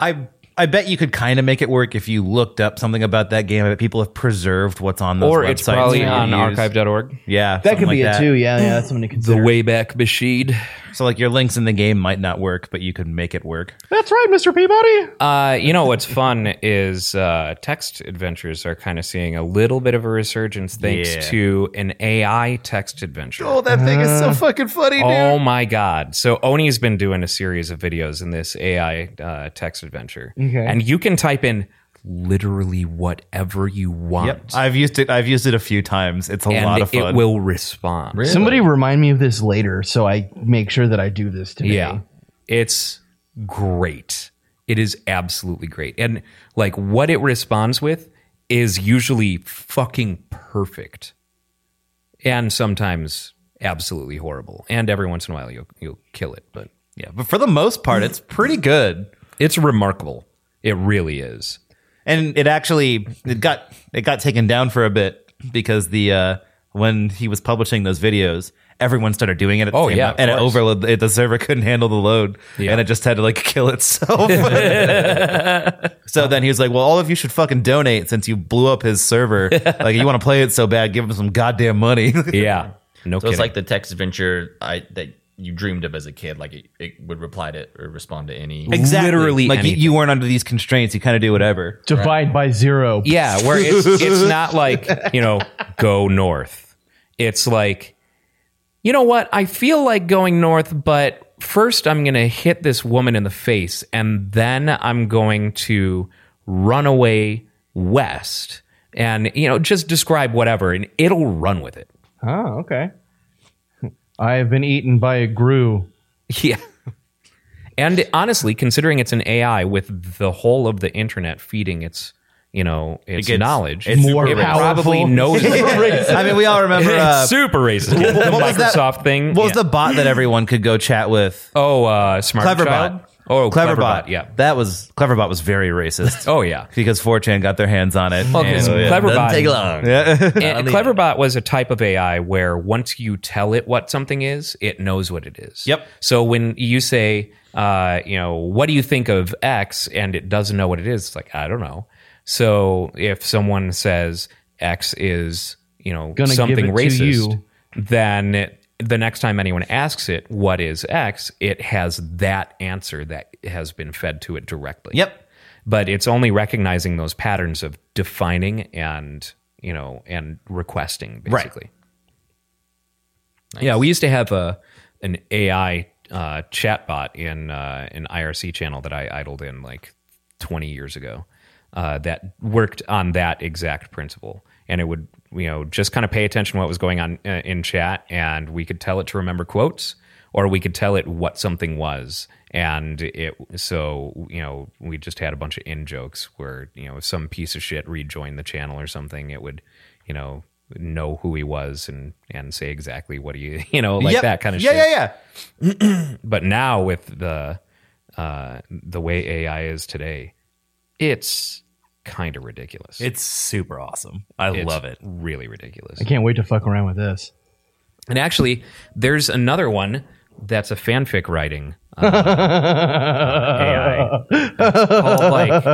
[SPEAKER 7] I I bet you could kind of make it work if you looked up something about that game. I bet people have preserved what's on those
[SPEAKER 2] Or
[SPEAKER 7] websites.
[SPEAKER 2] it's probably
[SPEAKER 7] for you to
[SPEAKER 2] on
[SPEAKER 7] use.
[SPEAKER 2] archive.org.
[SPEAKER 7] Yeah.
[SPEAKER 4] That could
[SPEAKER 7] something
[SPEAKER 4] be
[SPEAKER 7] like
[SPEAKER 4] it too. Yeah, yeah, that's something to consider.
[SPEAKER 2] Wayback Machine.
[SPEAKER 7] So like your links in the game might not work, but you could make it work.
[SPEAKER 4] that's right, Mister Peabody.
[SPEAKER 2] Uh, you know what's fun is uh, text adventures are kind of seeing a little bit of a resurgence thanks
[SPEAKER 7] Yeah.
[SPEAKER 2] to an AI text adventure.
[SPEAKER 4] Oh,
[SPEAKER 7] Oh, that thing is so fucking funny,
[SPEAKER 2] Oh my god! So Oni's been doing a series of videos in this AI uh, text adventure,
[SPEAKER 4] Okay.
[SPEAKER 2] and you can type in literally whatever you want,
[SPEAKER 7] Yep. I've used it I've used it a few times. It's a
[SPEAKER 2] and
[SPEAKER 7] lot of fun.
[SPEAKER 2] it will respond.
[SPEAKER 4] Somebody remind me of this later, so I make sure that I do this today.
[SPEAKER 2] Yeah, it's great. It is absolutely great. And like what it responds with is usually fucking perfect. And sometimes absolutely horrible. And every once in a while you'll you'll kill it. But yeah.
[SPEAKER 7] But for the most part, it's pretty good.
[SPEAKER 2] It's remarkable. It really is.
[SPEAKER 7] and it actually it got it got taken down for a bit because the uh, when he was publishing those videos, everyone started doing it. At the
[SPEAKER 2] Oh,
[SPEAKER 7] same
[SPEAKER 2] yeah,
[SPEAKER 7] time,
[SPEAKER 2] of
[SPEAKER 7] and it
[SPEAKER 2] course.
[SPEAKER 7] overload it, the server couldn't handle the load,
[SPEAKER 2] Yeah.
[SPEAKER 7] and it just had to like kill itself. so then he was like, "Well, all of you should fucking donate since you blew up his server. like, you want to play it so bad, give him some goddamn money."
[SPEAKER 2] Yeah. No
[SPEAKER 5] So
[SPEAKER 2] kidding.
[SPEAKER 5] it's like the text adventure I, that you dreamed of as a kid. Like it, it would reply to or respond to any.
[SPEAKER 2] Literally
[SPEAKER 7] like you,
[SPEAKER 2] anything.
[SPEAKER 7] you weren't under these constraints. You kind of do whatever.
[SPEAKER 4] Divide by zero.
[SPEAKER 2] Yeah, where it's it's not like, you know, go north. It's like you know what? I feel like going north, but first I'm going to hit this woman in the face and then I'm going to run away west and you know, just describe whatever and it'll run with it.
[SPEAKER 4] Oh, okay. I have been eaten by a grue.
[SPEAKER 2] Yeah. And honestly, considering it's an AI with the whole of the internet feeding its, you know, its
[SPEAKER 7] gets-
[SPEAKER 2] knowledge,
[SPEAKER 7] it's
[SPEAKER 4] More
[SPEAKER 2] it
[SPEAKER 4] powerful.
[SPEAKER 2] probably knows
[SPEAKER 7] I mean, we all remember uh,
[SPEAKER 2] It's super racist. Yeah, the
[SPEAKER 7] what was that-
[SPEAKER 2] Microsoft thing.
[SPEAKER 7] what was
[SPEAKER 2] Yeah.
[SPEAKER 7] the bot that everyone could go chat with?
[SPEAKER 2] oh uh, smart
[SPEAKER 7] Cleverbot.
[SPEAKER 2] child? Oh,
[SPEAKER 7] Cleverbot.
[SPEAKER 2] Yeah.
[SPEAKER 7] That was Cleverbot was very racist.
[SPEAKER 2] Oh yeah.
[SPEAKER 7] Because 4chan got their hands on it.
[SPEAKER 2] Well,
[SPEAKER 7] And-
[SPEAKER 2] 'cause
[SPEAKER 7] oh, yeah.
[SPEAKER 2] Cleverbot.
[SPEAKER 5] Doesn't take long.
[SPEAKER 2] and Cleverbot was a type of AI where once you tell it what something is, it knows what it is.
[SPEAKER 7] Yep.
[SPEAKER 2] So when you say, uh, you know, what do you think of X, and it doesn't know what it is, it's like I don't know. So if someone says X is, you know,
[SPEAKER 4] Gonna give
[SPEAKER 2] something
[SPEAKER 4] it
[SPEAKER 2] racist,
[SPEAKER 4] to you.
[SPEAKER 2] then it- the next time anyone asks it what is X, it has that answer that has been fed to it directly
[SPEAKER 7] Yep.
[SPEAKER 2] but it's only recognizing those patterns of defining and you know and requesting basically yeah we used to have a an ai uh, chatbot in uh, an irc channel that i idled in like 20 years ago uh, that worked on that exact principle and it would you know just kind of pay attention to what was going on uh, in chat and we could tell it to remember quotes or we could tell it what something was and it so you know we just had a bunch of in jokes where you know if some piece of shit rejoined the channel or something it would you know know who he was and and say exactly what he you know like
[SPEAKER 7] Yep.
[SPEAKER 2] that kind of
[SPEAKER 7] yeah,
[SPEAKER 2] shit
[SPEAKER 7] Yeah, yeah,
[SPEAKER 2] but now with the uh the way ai is today it's kind of ridiculous
[SPEAKER 7] It's super awesome. I
[SPEAKER 2] It's
[SPEAKER 7] love it.
[SPEAKER 2] really ridiculous
[SPEAKER 4] I can't wait to fuck around with this.
[SPEAKER 2] And actually, there's another one that's a fanfic writing uh, AI. It's called like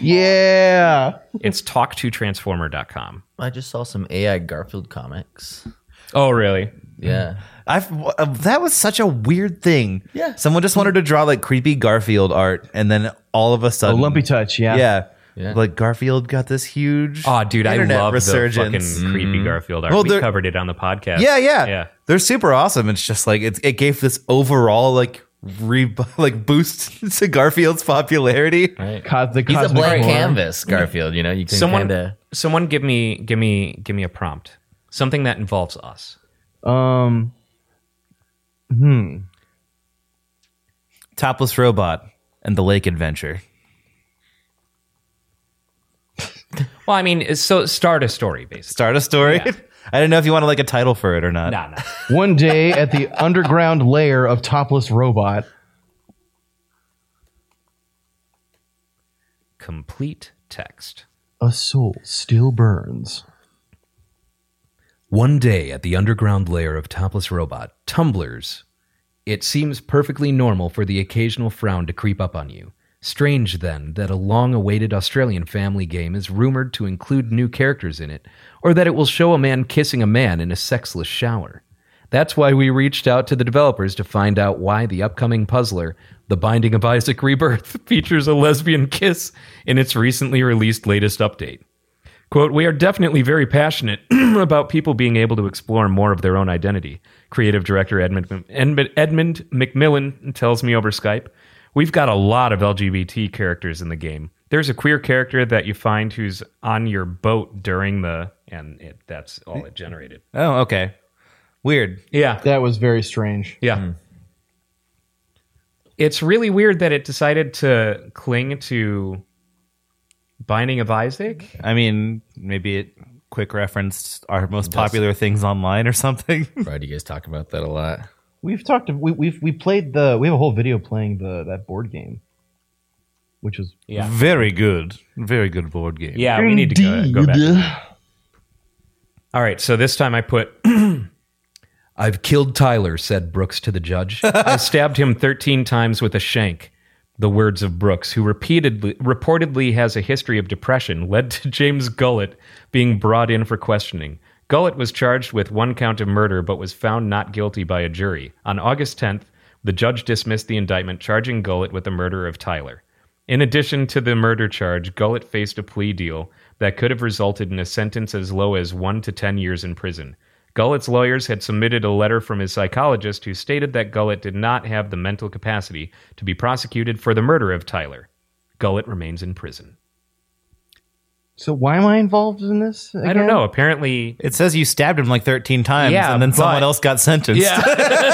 [SPEAKER 4] Yeah.
[SPEAKER 2] it's talktotransformer.com.
[SPEAKER 5] I just saw some AI Garfield comics.
[SPEAKER 2] Oh, really?
[SPEAKER 5] Yeah.
[SPEAKER 7] I've, uh, that was such a weird thing.
[SPEAKER 5] Yeah.
[SPEAKER 7] Someone just wanted to draw like creepy Garfield art, and then all of a
[SPEAKER 4] A
[SPEAKER 7] sudden,
[SPEAKER 4] lumpy touch. Yeah.
[SPEAKER 7] yeah,
[SPEAKER 5] Yeah.
[SPEAKER 7] like Garfield got this huge.
[SPEAKER 2] Oh, dude,
[SPEAKER 7] internet
[SPEAKER 2] I love
[SPEAKER 7] resurgence.
[SPEAKER 2] the fucking creepy Garfield art.
[SPEAKER 7] Well,
[SPEAKER 2] we
[SPEAKER 7] there-
[SPEAKER 2] covered it on the podcast.
[SPEAKER 7] Yeah, yeah,
[SPEAKER 2] Yeah.
[SPEAKER 7] They're super awesome. It's just like it, it gave this overall like re like boost to Garfield's popularity.
[SPEAKER 4] Cos- the
[SPEAKER 5] He's a
[SPEAKER 4] cosmic
[SPEAKER 5] blank
[SPEAKER 4] horror.
[SPEAKER 5] canvas, Garfield. You know, you can
[SPEAKER 2] Someone,
[SPEAKER 5] kind of.
[SPEAKER 2] someone, give me, give me, give me a prompt. Something that involves us.
[SPEAKER 4] Um. Hmm.
[SPEAKER 7] Topless robot and the lake adventure.
[SPEAKER 2] Well, I mean, so start a story, basically.
[SPEAKER 7] Start a story. I don't know if you want to like a title for it or not.
[SPEAKER 2] Nah, nah.
[SPEAKER 4] One day at the underground layer of topless robot.
[SPEAKER 2] Complete text.
[SPEAKER 4] A soul still burns.
[SPEAKER 2] One day at the underground layer of topless robot, tumblers. It seems perfectly normal for the occasional frown to creep up on you. Strange, then, that a long awaited Australian family game is rumored to include new characters in it, or that it will show a man kissing a man in a sexless shower. That's why we reached out to the developers to find out why the upcoming puzzler, The Binding of Isaac Rebirth, features a lesbian kiss in its recently released latest update. Quote, we are definitely very passionate about people being able to explore more of their own identity. Creative director Edmund, Edmund, Edmund McMillan tells me over Skype, we've got a lot of LGBT characters in the game. There's a queer character that you find who's on your boat during the, and it, that's all it generated.
[SPEAKER 7] Oh, okay. Weird.
[SPEAKER 2] Yeah.
[SPEAKER 8] Hmm.
[SPEAKER 4] That was very strange.
[SPEAKER 2] Yeah. it's really weird that it decided to cling to Binding of Isaac.
[SPEAKER 7] I mean, maybe it quick referenced our most popular things online or something.
[SPEAKER 5] Right, you guys talk about that a lot.
[SPEAKER 4] We've talked. We, we've we played the. We have a whole video playing the that board game, which was
[SPEAKER 8] Yeah.
[SPEAKER 7] Very good. Very good board game.
[SPEAKER 8] Yeah, we need to go, go back.
[SPEAKER 2] All right, so this time I put. I've killed Tyler, said Brooks to the judge. I stabbed him 13 times with a shank. The words of Brooks, who repeatedly, reportedly has a history of depression, led to James Gullett being brought in for questioning. Gullett was charged with one count of murder but was found not guilty by a jury. On August 10th, the judge dismissed the indictment, charging Gullett with the murder of Tyler. In addition to the murder charge, Gullett faced a plea deal that could have resulted in a sentence as low as one to 10 years in prison. Gullett's lawyers had submitted a letter from his psychologist who stated that Gullett did not have the mental capacity to be prosecuted for the murder of Tyler. Gullett remains in prison.
[SPEAKER 4] So why am I involved in this?
[SPEAKER 2] I
[SPEAKER 4] again?
[SPEAKER 2] don't know. Apparently,
[SPEAKER 7] It says you stabbed him like 13 times
[SPEAKER 2] Yeah,
[SPEAKER 7] and then someone
[SPEAKER 2] but-
[SPEAKER 7] else got sentenced.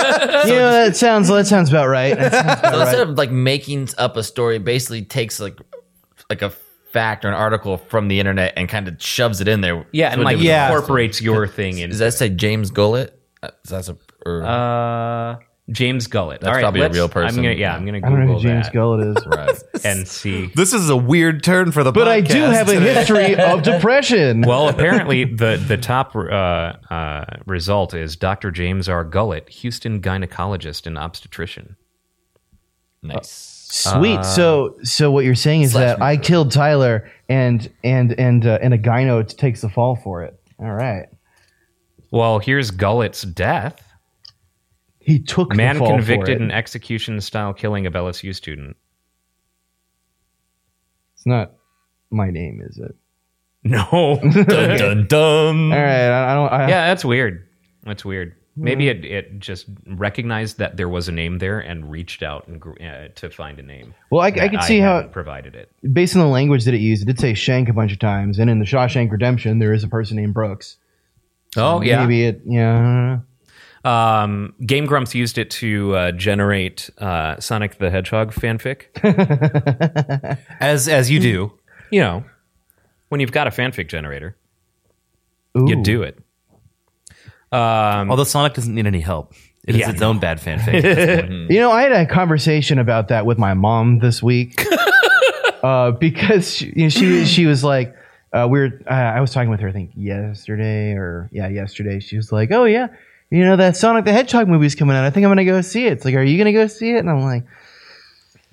[SPEAKER 4] Yeah, that sounds that sounds about right. That sounds about
[SPEAKER 5] So
[SPEAKER 4] right.
[SPEAKER 5] instead of like making up a story, basically takes like like a fact or an article from the internet and kind of shoves it in there.
[SPEAKER 2] yeah, and
[SPEAKER 5] So
[SPEAKER 2] like
[SPEAKER 5] it-
[SPEAKER 7] yeah.
[SPEAKER 2] incorporates your thing in.
[SPEAKER 5] does that say James Gullett? Uh, That's a or,
[SPEAKER 2] Uh, James Gullett. All right,
[SPEAKER 5] probably a
[SPEAKER 2] let's-
[SPEAKER 5] real person.
[SPEAKER 2] I'm gonna, yeah, I'm gonna
[SPEAKER 4] I don't know
[SPEAKER 2] Google
[SPEAKER 4] who James
[SPEAKER 2] that
[SPEAKER 4] Gullett is,
[SPEAKER 5] right.
[SPEAKER 2] and see.
[SPEAKER 7] This is a weird turn for the
[SPEAKER 4] but I do have a history of depression.
[SPEAKER 2] Well, apparently the the top uh, uh, result is Dr. James R. Gullett, Houston gynecologist and obstetrician.
[SPEAKER 5] Nice.
[SPEAKER 4] Sweet. so so what you're saying is that I killed Tyler and and and uh, and a gyno t- takes the fall for it. All right.
[SPEAKER 2] Well, here's Gullett's death.
[SPEAKER 4] He took
[SPEAKER 2] Man
[SPEAKER 4] the fall
[SPEAKER 2] convicted
[SPEAKER 4] for it.
[SPEAKER 2] in execution style killing of LSU student.
[SPEAKER 4] It's not my name, is it?
[SPEAKER 2] No.
[SPEAKER 5] dun dun dun.
[SPEAKER 4] All right. I, I don't. I,
[SPEAKER 2] yeah, that's weird. That's weird. Maybe it,
[SPEAKER 4] Hmm.
[SPEAKER 2] it just recognized that there was a name there and reached out and gr- uh, to find a name.
[SPEAKER 4] Well, I, I could see
[SPEAKER 2] hadn't
[SPEAKER 4] how,
[SPEAKER 2] provided it.
[SPEAKER 4] based on the language that it used, it did say Shank a bunch of times, and in the Shawshank Redemption, there is a person named Brooks.
[SPEAKER 2] Oh
[SPEAKER 4] Maybe it. Yeah.
[SPEAKER 2] Um, Game Grumps used it to uh, generate uh, Sonic the Hedgehog fanfic.
[SPEAKER 7] as as you do.
[SPEAKER 2] you know, when you've got a fanfic generator,
[SPEAKER 4] Ooh.
[SPEAKER 2] you do it. Um,
[SPEAKER 7] Although Sonic doesn't need any help. It is
[SPEAKER 2] Yeah.
[SPEAKER 7] its own bad fanfic.
[SPEAKER 4] You know, I had a conversation about that with my mom this week uh, because she, you know, she she was like, uh, we were. Uh, I was talking with her, I think yesterday or yeah, yesterday. She was like, "Oh yeah, you know that Sonic the Hedgehog movie's coming out. I think I'm gonna go see it." It's like, "Are you gonna go see it?" And I'm like.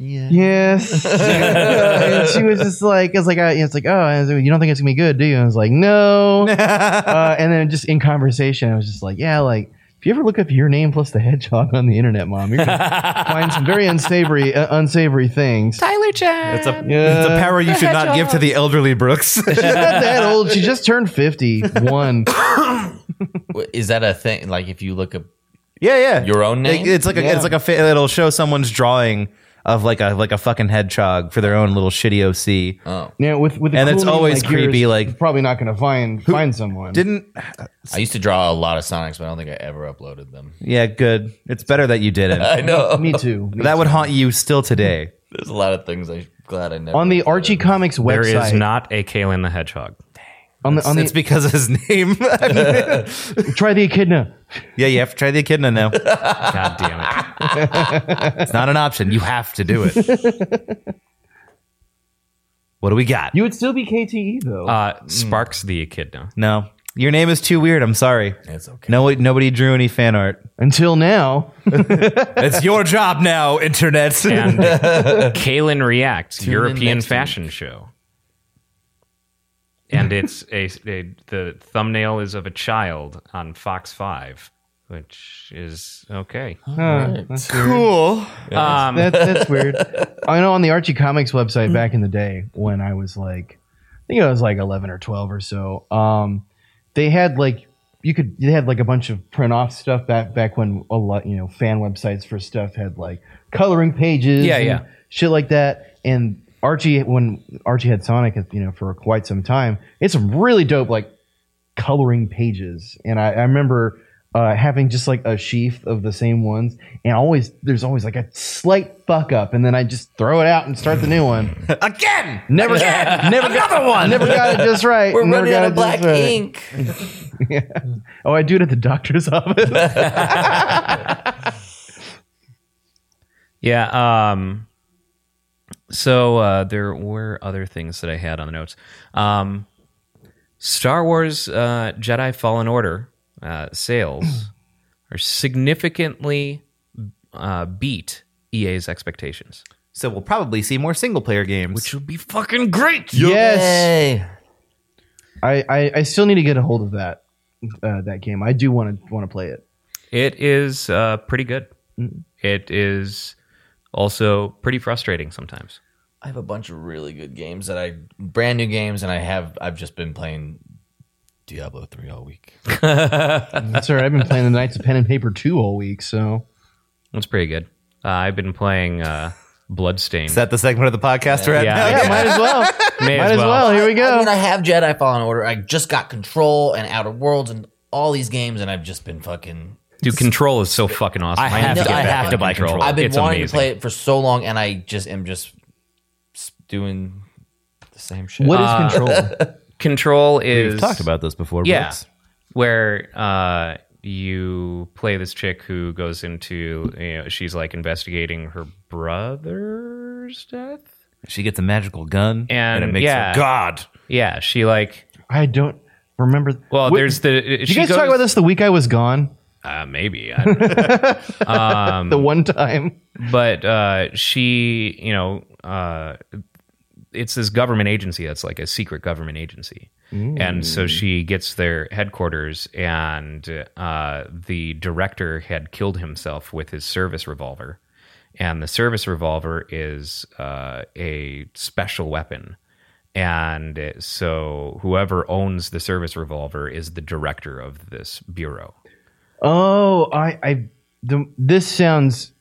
[SPEAKER 4] Yeah. Yes. and she was just like, it's like, I, it's like, oh, I was like, you don't think it's gonna be good, do you? And I was like, no. uh, and then just in conversation, I was just like, yeah, like if you ever look up your name plus the hedgehog on the internet, mom, you're gonna find some very unsavory, uh, unsavory things. She's
[SPEAKER 7] it's, a,
[SPEAKER 4] Yeah.
[SPEAKER 7] it's a power you should not give to the elderly Brooks.
[SPEAKER 4] not that old. She just turned fifty-one.
[SPEAKER 5] W- Is that a thing? Like if you look up
[SPEAKER 7] Yeah, yeah.
[SPEAKER 5] Your own
[SPEAKER 7] Like,
[SPEAKER 5] name?
[SPEAKER 7] it's like a, it's like a fa- it'll show someone's drawing of like a like a fucking hedgehog for their own little shitty OC.
[SPEAKER 4] Yeah, with with a
[SPEAKER 7] And it's
[SPEAKER 4] cool name
[SPEAKER 7] always
[SPEAKER 4] like yours,
[SPEAKER 7] creepy,
[SPEAKER 4] you're
[SPEAKER 7] like-
[SPEAKER 4] probably not gonna find find someone.
[SPEAKER 7] Didn't
[SPEAKER 5] I used to draw a lot of Sonics, but I don't think I ever uploaded them.
[SPEAKER 7] yeah, good. It's better that you didn't.
[SPEAKER 5] I know.
[SPEAKER 4] me too.
[SPEAKER 7] that would haunt you still today.
[SPEAKER 5] There's a lot of things I'm glad I never
[SPEAKER 4] on the
[SPEAKER 5] uploaded.
[SPEAKER 4] Archie Comics
[SPEAKER 2] there is
[SPEAKER 4] website.
[SPEAKER 2] not a Kalen the Hedgehog.
[SPEAKER 4] on the on
[SPEAKER 7] it's
[SPEAKER 4] the
[SPEAKER 7] because of his name.
[SPEAKER 4] try the echidna.
[SPEAKER 7] yeah, you have to try the echidna now.
[SPEAKER 2] God damn it.
[SPEAKER 7] It's not an option. You have to do it. what do we got?
[SPEAKER 4] You would still be KTE though.
[SPEAKER 2] Uh, Sparks the Echidna.
[SPEAKER 7] no, your name is too weird. I'm sorry.
[SPEAKER 5] It's okay.
[SPEAKER 7] Nobody, nobody drew any fan art.
[SPEAKER 4] Until now,
[SPEAKER 7] it's your job now, internet.
[SPEAKER 2] And Kalen Reacts,
[SPEAKER 5] in
[SPEAKER 2] European
[SPEAKER 5] next
[SPEAKER 2] fashion show. And it's a, a- the thumbnail is of a child on Fox 5, which is okay.
[SPEAKER 7] cool.
[SPEAKER 2] Um,
[SPEAKER 4] That, that's weird. I know on the Archie Comics
[SPEAKER 7] Hmm.
[SPEAKER 4] website back in the day when I was like, I think I was like 11 or 12 or so. Um, they had like, you could, they had like a bunch of print off stuff back, back when a lot, you know, fan websites for stuff had like coloring pages.
[SPEAKER 2] Yeah,
[SPEAKER 4] and
[SPEAKER 2] yeah.
[SPEAKER 4] Shit like that. And Archie, when Archie had Sonic, you know, for quite some time, it's some really dope, like coloring pages. And I, I remember uh, having just like a sheaf of the same ones, and always there's always like a slight fuck up, and then I just throw it out and start the new one.
[SPEAKER 5] Again!
[SPEAKER 4] Never, never got one. Never got it just right.
[SPEAKER 5] We're
[SPEAKER 4] never
[SPEAKER 5] running out
[SPEAKER 4] got it
[SPEAKER 5] of
[SPEAKER 4] just
[SPEAKER 5] black
[SPEAKER 4] right.
[SPEAKER 5] ink.
[SPEAKER 4] Oh, I do it at the doctor's office.
[SPEAKER 2] Yeah. Um, so uh, there were other things that I had on the notes. Um, Star Wars uh, Jedi Fallen Order uh, sales are significantly uh, beat EA's expectations,
[SPEAKER 7] So we'll probably see more single player games.
[SPEAKER 2] which would be fucking great.
[SPEAKER 4] yes,
[SPEAKER 5] Hey.
[SPEAKER 4] I, I I still need to get a hold of that uh, that game. I do want to want to play it.
[SPEAKER 2] It is uh, pretty good. Mm-hmm. It is also pretty frustrating sometimes.
[SPEAKER 5] I have a bunch of really good games that I brand new games and I have I've just been playing Diablo 3 all week.
[SPEAKER 4] That's all right. I've been playing the Knights of Pen and Paper two all week, so
[SPEAKER 2] It's pretty good. Uh, I've been playing uh, Bloodstained.
[SPEAKER 7] Is that the segment of the podcast we're at?
[SPEAKER 2] Yeah.
[SPEAKER 7] now?
[SPEAKER 2] Yeah.
[SPEAKER 4] yeah, might as well.
[SPEAKER 2] May
[SPEAKER 4] might as well. Here we
[SPEAKER 5] I
[SPEAKER 4] go.
[SPEAKER 5] mean, I have Jedi Fallen Order. I just got Control and Outer Worlds and all these games, and I've just been fucking.
[SPEAKER 2] Dude, Control is so fucking awesome.
[SPEAKER 9] I have
[SPEAKER 5] to- I have to
[SPEAKER 9] buy Control.
[SPEAKER 5] I've been
[SPEAKER 2] It's
[SPEAKER 5] wanting to
[SPEAKER 2] amazing.
[SPEAKER 5] play it for so long, and I just am just s- doing the same shit. Uh,
[SPEAKER 4] What is control?
[SPEAKER 2] Control is
[SPEAKER 7] We've talked about this before.
[SPEAKER 2] yeah,
[SPEAKER 7] Brooks.
[SPEAKER 2] where uh, you play this chick who goes into you know she's like investigating her brother's death.
[SPEAKER 7] She gets a magical gun
[SPEAKER 2] And,
[SPEAKER 7] it makes
[SPEAKER 2] yeah.
[SPEAKER 7] her God.
[SPEAKER 2] Yeah, she like
[SPEAKER 4] I don't remember.
[SPEAKER 2] well,
[SPEAKER 4] What-
[SPEAKER 2] there's the
[SPEAKER 4] Did you guys talk about this the week I was gone?
[SPEAKER 2] Uh, maybe I don't know. Um,
[SPEAKER 4] the one time.
[SPEAKER 2] but uh, she you know uh, it's this government agency that's like a secret government agency and so she gets their headquarters and uh, the director had killed himself with his service revolver and the service revolver is uh, a special weapon and so whoever owns the service revolver is the director of this bureau
[SPEAKER 4] Oh, I, I. The, this sounds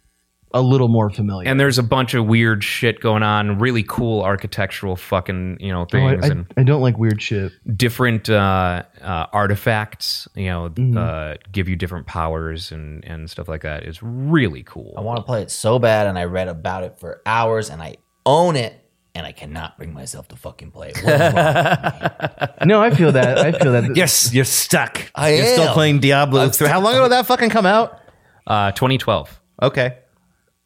[SPEAKER 4] a little more familiar.
[SPEAKER 2] and there's a bunch of weird shit going on really cool architectural fucking you know
[SPEAKER 4] Oh, I,
[SPEAKER 2] things
[SPEAKER 4] I-
[SPEAKER 2] and
[SPEAKER 4] I don't like weird shit.
[SPEAKER 2] different uh, uh, artifacts, you know,
[SPEAKER 4] Mm-hmm.
[SPEAKER 2] uh, give you different powers and, and stuff like that. It's really
[SPEAKER 5] I
[SPEAKER 4] Oh,
[SPEAKER 2] cool.
[SPEAKER 5] want to play it so bad, and I read about it for hours, and I own it, and I cannot bring myself to fucking play it. What is wrong?
[SPEAKER 4] No, I feel that. I feel that.
[SPEAKER 7] Yes, you're stuck.
[SPEAKER 5] I
[SPEAKER 7] you're still
[SPEAKER 5] am.
[SPEAKER 7] playing Diablo. Three. How long ago did that fucking come out?
[SPEAKER 2] Uh, 2012.
[SPEAKER 7] Okay.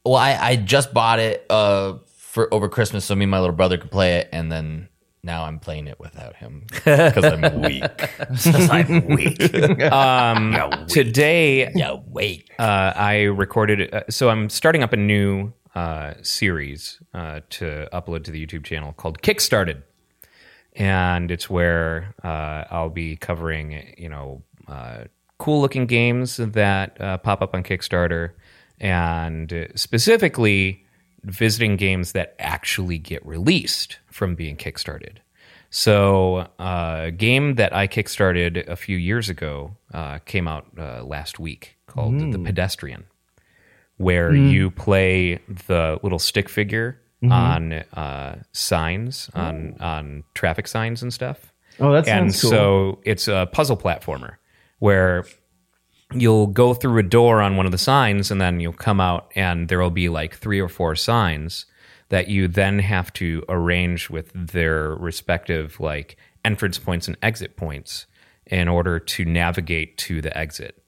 [SPEAKER 5] well, I, I just bought it uh, for over Christmas, so me and my little brother could play it, and then now I'm playing it without him because I'm weak.
[SPEAKER 7] I'm weak.
[SPEAKER 2] Um, Today,
[SPEAKER 5] yeah, wait.
[SPEAKER 2] uh, I recorded. Uh, so I'm starting up a new uh, series uh, to upload to the YouTube channel called Kickstarted, and it's where uh, I'll be covering you know uh, cool looking games that uh, pop up on Kickstarter, and specifically visiting games that actually get released from being kickstarted. So, uh, a game that I kickstarted a few years ago uh, came out uh, last week called The Pedestrian, where you play the little stick figure on uh, signs, on on traffic signs and stuff.
[SPEAKER 4] Oh, that
[SPEAKER 2] and
[SPEAKER 4] sounds cool.
[SPEAKER 2] so it's a puzzle platformer where you'll go through a door on one of the signs and then you'll come out and there will be like three or four signs that you then have to arrange with their respective like entrance points and exit points in order to navigate to the exit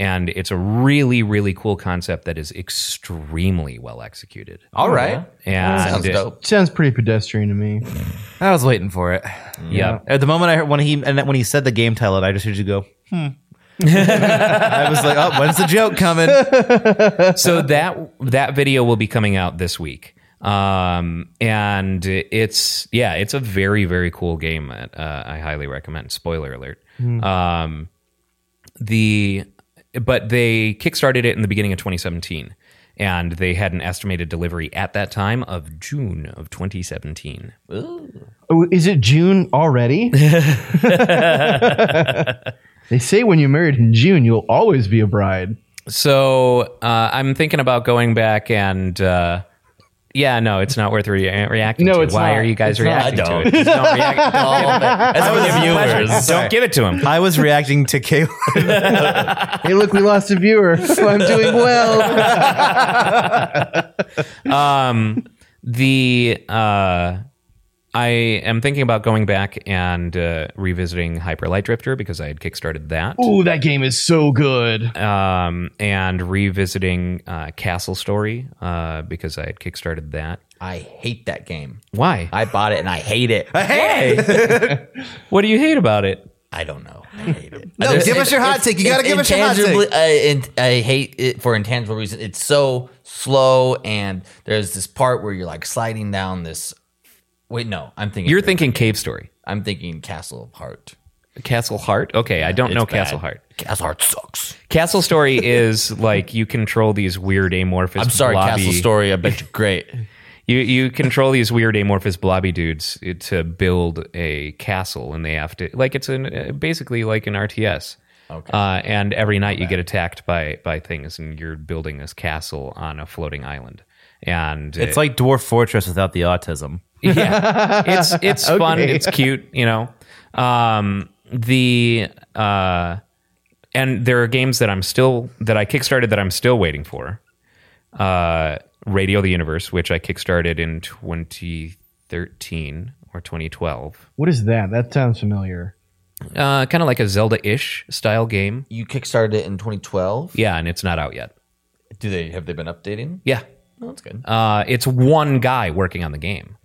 [SPEAKER 2] and it's a really really cool concept that is extremely well executed
[SPEAKER 5] All right.
[SPEAKER 2] and
[SPEAKER 5] Sounds dope.
[SPEAKER 4] sounds pretty pedestrian to me.
[SPEAKER 7] I was waiting for it.
[SPEAKER 2] yeah
[SPEAKER 7] At the moment I heard when he and when he said the game title, I just heard you go, hmm. I was like, oh, when's the joke coming?
[SPEAKER 2] so that that video will be coming out this week um and it's yeah it's a very very cool game that uh, i highly recommend spoiler alert
[SPEAKER 4] Hmm.
[SPEAKER 2] um the but they kickstarted it in the beginning of 2017 and they had an estimated delivery at that time of june of 2017
[SPEAKER 4] Oh, is it June already? they say when you're married in June, you'll always be a bride.
[SPEAKER 2] so uh, i'm thinking about going back and uh Yeah, no, it's not worth re- reacting
[SPEAKER 4] No,
[SPEAKER 2] to.
[SPEAKER 4] it's
[SPEAKER 2] Why
[SPEAKER 4] not.
[SPEAKER 2] are you guys
[SPEAKER 4] It's not.
[SPEAKER 2] reacting
[SPEAKER 5] I
[SPEAKER 2] to
[SPEAKER 5] don't.
[SPEAKER 2] it? Just don't react.
[SPEAKER 5] That's for the viewers.
[SPEAKER 2] Don't give it to him.
[SPEAKER 7] I was reacting to Caleb.
[SPEAKER 4] hey, look, we lost a viewer. I'm doing well.
[SPEAKER 2] um, the uh, I am thinking about going back and uh, revisiting Hyper Light Drifter because I had kickstarted that,
[SPEAKER 4] Ooh, that game is so good.
[SPEAKER 2] um, and revisiting uh, Castle Story uh, because I had kickstarted that.
[SPEAKER 5] I hate that game.
[SPEAKER 2] Why?
[SPEAKER 5] I bought it and I hate it.
[SPEAKER 2] What do you hate about it?
[SPEAKER 5] I don't know. I hate it.
[SPEAKER 7] No, give us your hot take. You gotta give us your hot
[SPEAKER 5] take. I, in, I hate it for intangible reason. It's so slow, and there's this part where you're like sliding down this. Wait, no, I'm thinking.
[SPEAKER 2] You're thinking Cave Story,
[SPEAKER 5] I'm thinking Castle of Heart.
[SPEAKER 2] Castle Heart. Okay, I don't know
[SPEAKER 5] It's bad.
[SPEAKER 2] Castle Heart.
[SPEAKER 5] Castle Heart sucks.
[SPEAKER 2] Castle Story is like you control these weird amorphous.
[SPEAKER 5] I'm sorry,
[SPEAKER 2] blobby-
[SPEAKER 5] Castle Story. I bet you're great.
[SPEAKER 2] You you control these weird amorphous blobby dudes to build a castle, and they have to like it's an uh, basically like an RTS. Okay. Uh, and every night you get attacked by by things, and you're building this castle on a floating island. And
[SPEAKER 7] It's like Dwarf Fortress without the autism.
[SPEAKER 2] yeah, it's it's fun, it's cute, you know. Um, the uh, and there are games that I'm still that I kickstarted that I'm still waiting for. Uh, Radio the Universe, which I kickstarted in 2013 or 2012,
[SPEAKER 4] What is that? That sounds familiar.
[SPEAKER 2] uh, kind of like a Zelda-ish style game.
[SPEAKER 5] You kickstarted it in 2012.
[SPEAKER 2] Yeah, and it's not out yet.
[SPEAKER 5] Do they have they been updating?
[SPEAKER 2] Yeah,
[SPEAKER 5] No, that's good.
[SPEAKER 2] uh, it's one guy working on the game.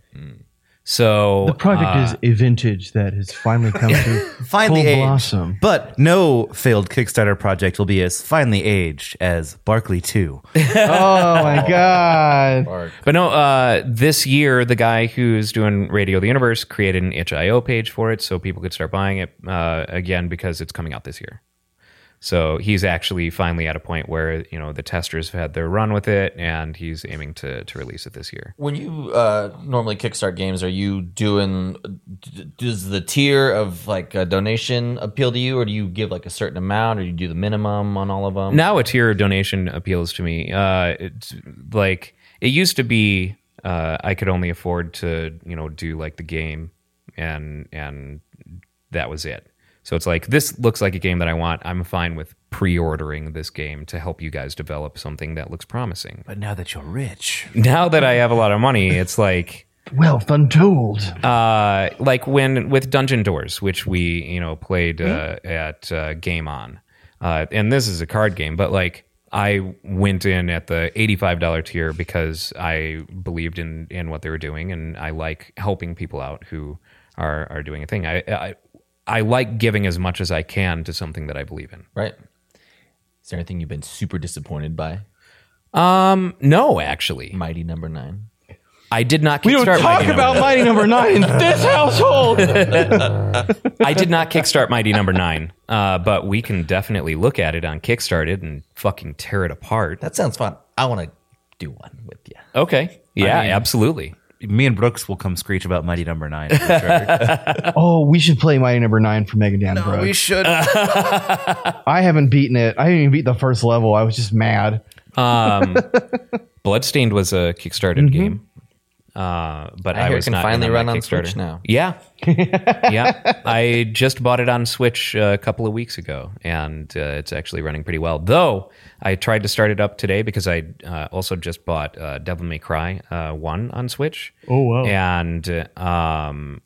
[SPEAKER 2] So
[SPEAKER 4] The project
[SPEAKER 2] Uh,
[SPEAKER 4] is a vintage that has finally come to
[SPEAKER 7] Finally
[SPEAKER 4] full
[SPEAKER 7] aged.
[SPEAKER 4] blossom.
[SPEAKER 7] But no failed Kickstarter project will be as finely aged as Barkley 2.
[SPEAKER 4] Oh my god!
[SPEAKER 2] But no, uh, this year the guy who's doing Radio the Universe created an itch.io page for it, so people could start buying it uh, again because it's coming out this year. So he's actually finally at a point where you know the testers have had their run with it, and he's aiming to to release it this year.
[SPEAKER 5] When you uh, normally kickstart games, are you doing? d- Does the tier of like a donation appeal to you, or do you give like a certain amount, or do you do the minimum on all of them?
[SPEAKER 2] Now a tier donation appeals to me. Uh, it's like it used to be. Uh, I could only afford to you know do like the game, and and that was it. So it's like this looks like a game that I want. I'm fine with pre-ordering this game to help you guys develop something that looks promising.
[SPEAKER 7] But now that you're rich,
[SPEAKER 2] Now that I have a lot of money, it's like
[SPEAKER 4] Wealth untold.
[SPEAKER 2] uh, like when with Dungeon Doors, which we you know played uh, at uh, Game On, uh, and this is a card game, but like I went in at the eighty-five dollar tier because I believed in in what they were doing, and I like helping people out who are are doing a thing. I I, I like giving as much as I can to something that I believe in.
[SPEAKER 5] right? Is there anything you've been super disappointed by?
[SPEAKER 2] Um, no, actually,
[SPEAKER 5] Mighty Number Nine.
[SPEAKER 2] I did not. kickstart my game.
[SPEAKER 4] Mighty Number Nine in this household.
[SPEAKER 2] I did not kickstart Mighty Number Nine, uh, but we can definitely look at it on Kickstarted and fucking tear it apart.
[SPEAKER 5] That sounds fun. I want to do one with you.
[SPEAKER 2] Okay. Yeah, absolutely.
[SPEAKER 7] me and Brooks will come screech about Mighty Number 9. for sure.
[SPEAKER 4] oh, we should play Mighty Number Nine for Megan Dan Brooks.
[SPEAKER 7] should.
[SPEAKER 4] I haven't beaten it. I didn't even beat the first level. I was just mad.
[SPEAKER 2] Um, Bloodstained was a Kickstarted game, uh, but I,
[SPEAKER 5] hear it
[SPEAKER 2] was
[SPEAKER 5] can
[SPEAKER 2] not in
[SPEAKER 5] finally
[SPEAKER 2] that
[SPEAKER 5] run on
[SPEAKER 2] Kickstarter.
[SPEAKER 5] Switch now.
[SPEAKER 2] Yeah, yeah. I just bought it on Switch a couple of weeks ago, and uh, it's actually running pretty well. Though I tried to start it up today because I uh, also just bought uh, Devil May Cry uh, One on Switch. Oh wow! And um,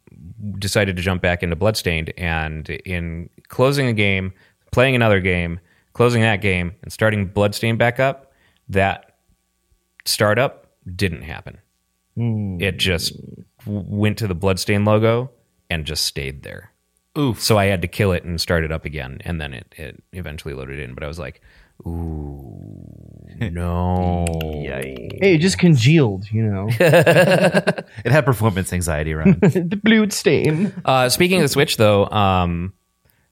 [SPEAKER 2] decided to jump back into Bloodstained, and in closing a game, playing another game, closing that game, and starting Bloodstained back up, that startup didn't happen.
[SPEAKER 5] Hmm.
[SPEAKER 2] It just w- went to the bloodstain logo and just stayed there. Oof. So I had to kill it and start it up again, and then it, it eventually loaded in. But I was like, "Ooh, no!"
[SPEAKER 4] Hey, it just congealed, you know.
[SPEAKER 7] It had performance anxiety around.
[SPEAKER 4] the blue stain.
[SPEAKER 2] Uh, speaking of the Switch, though, um,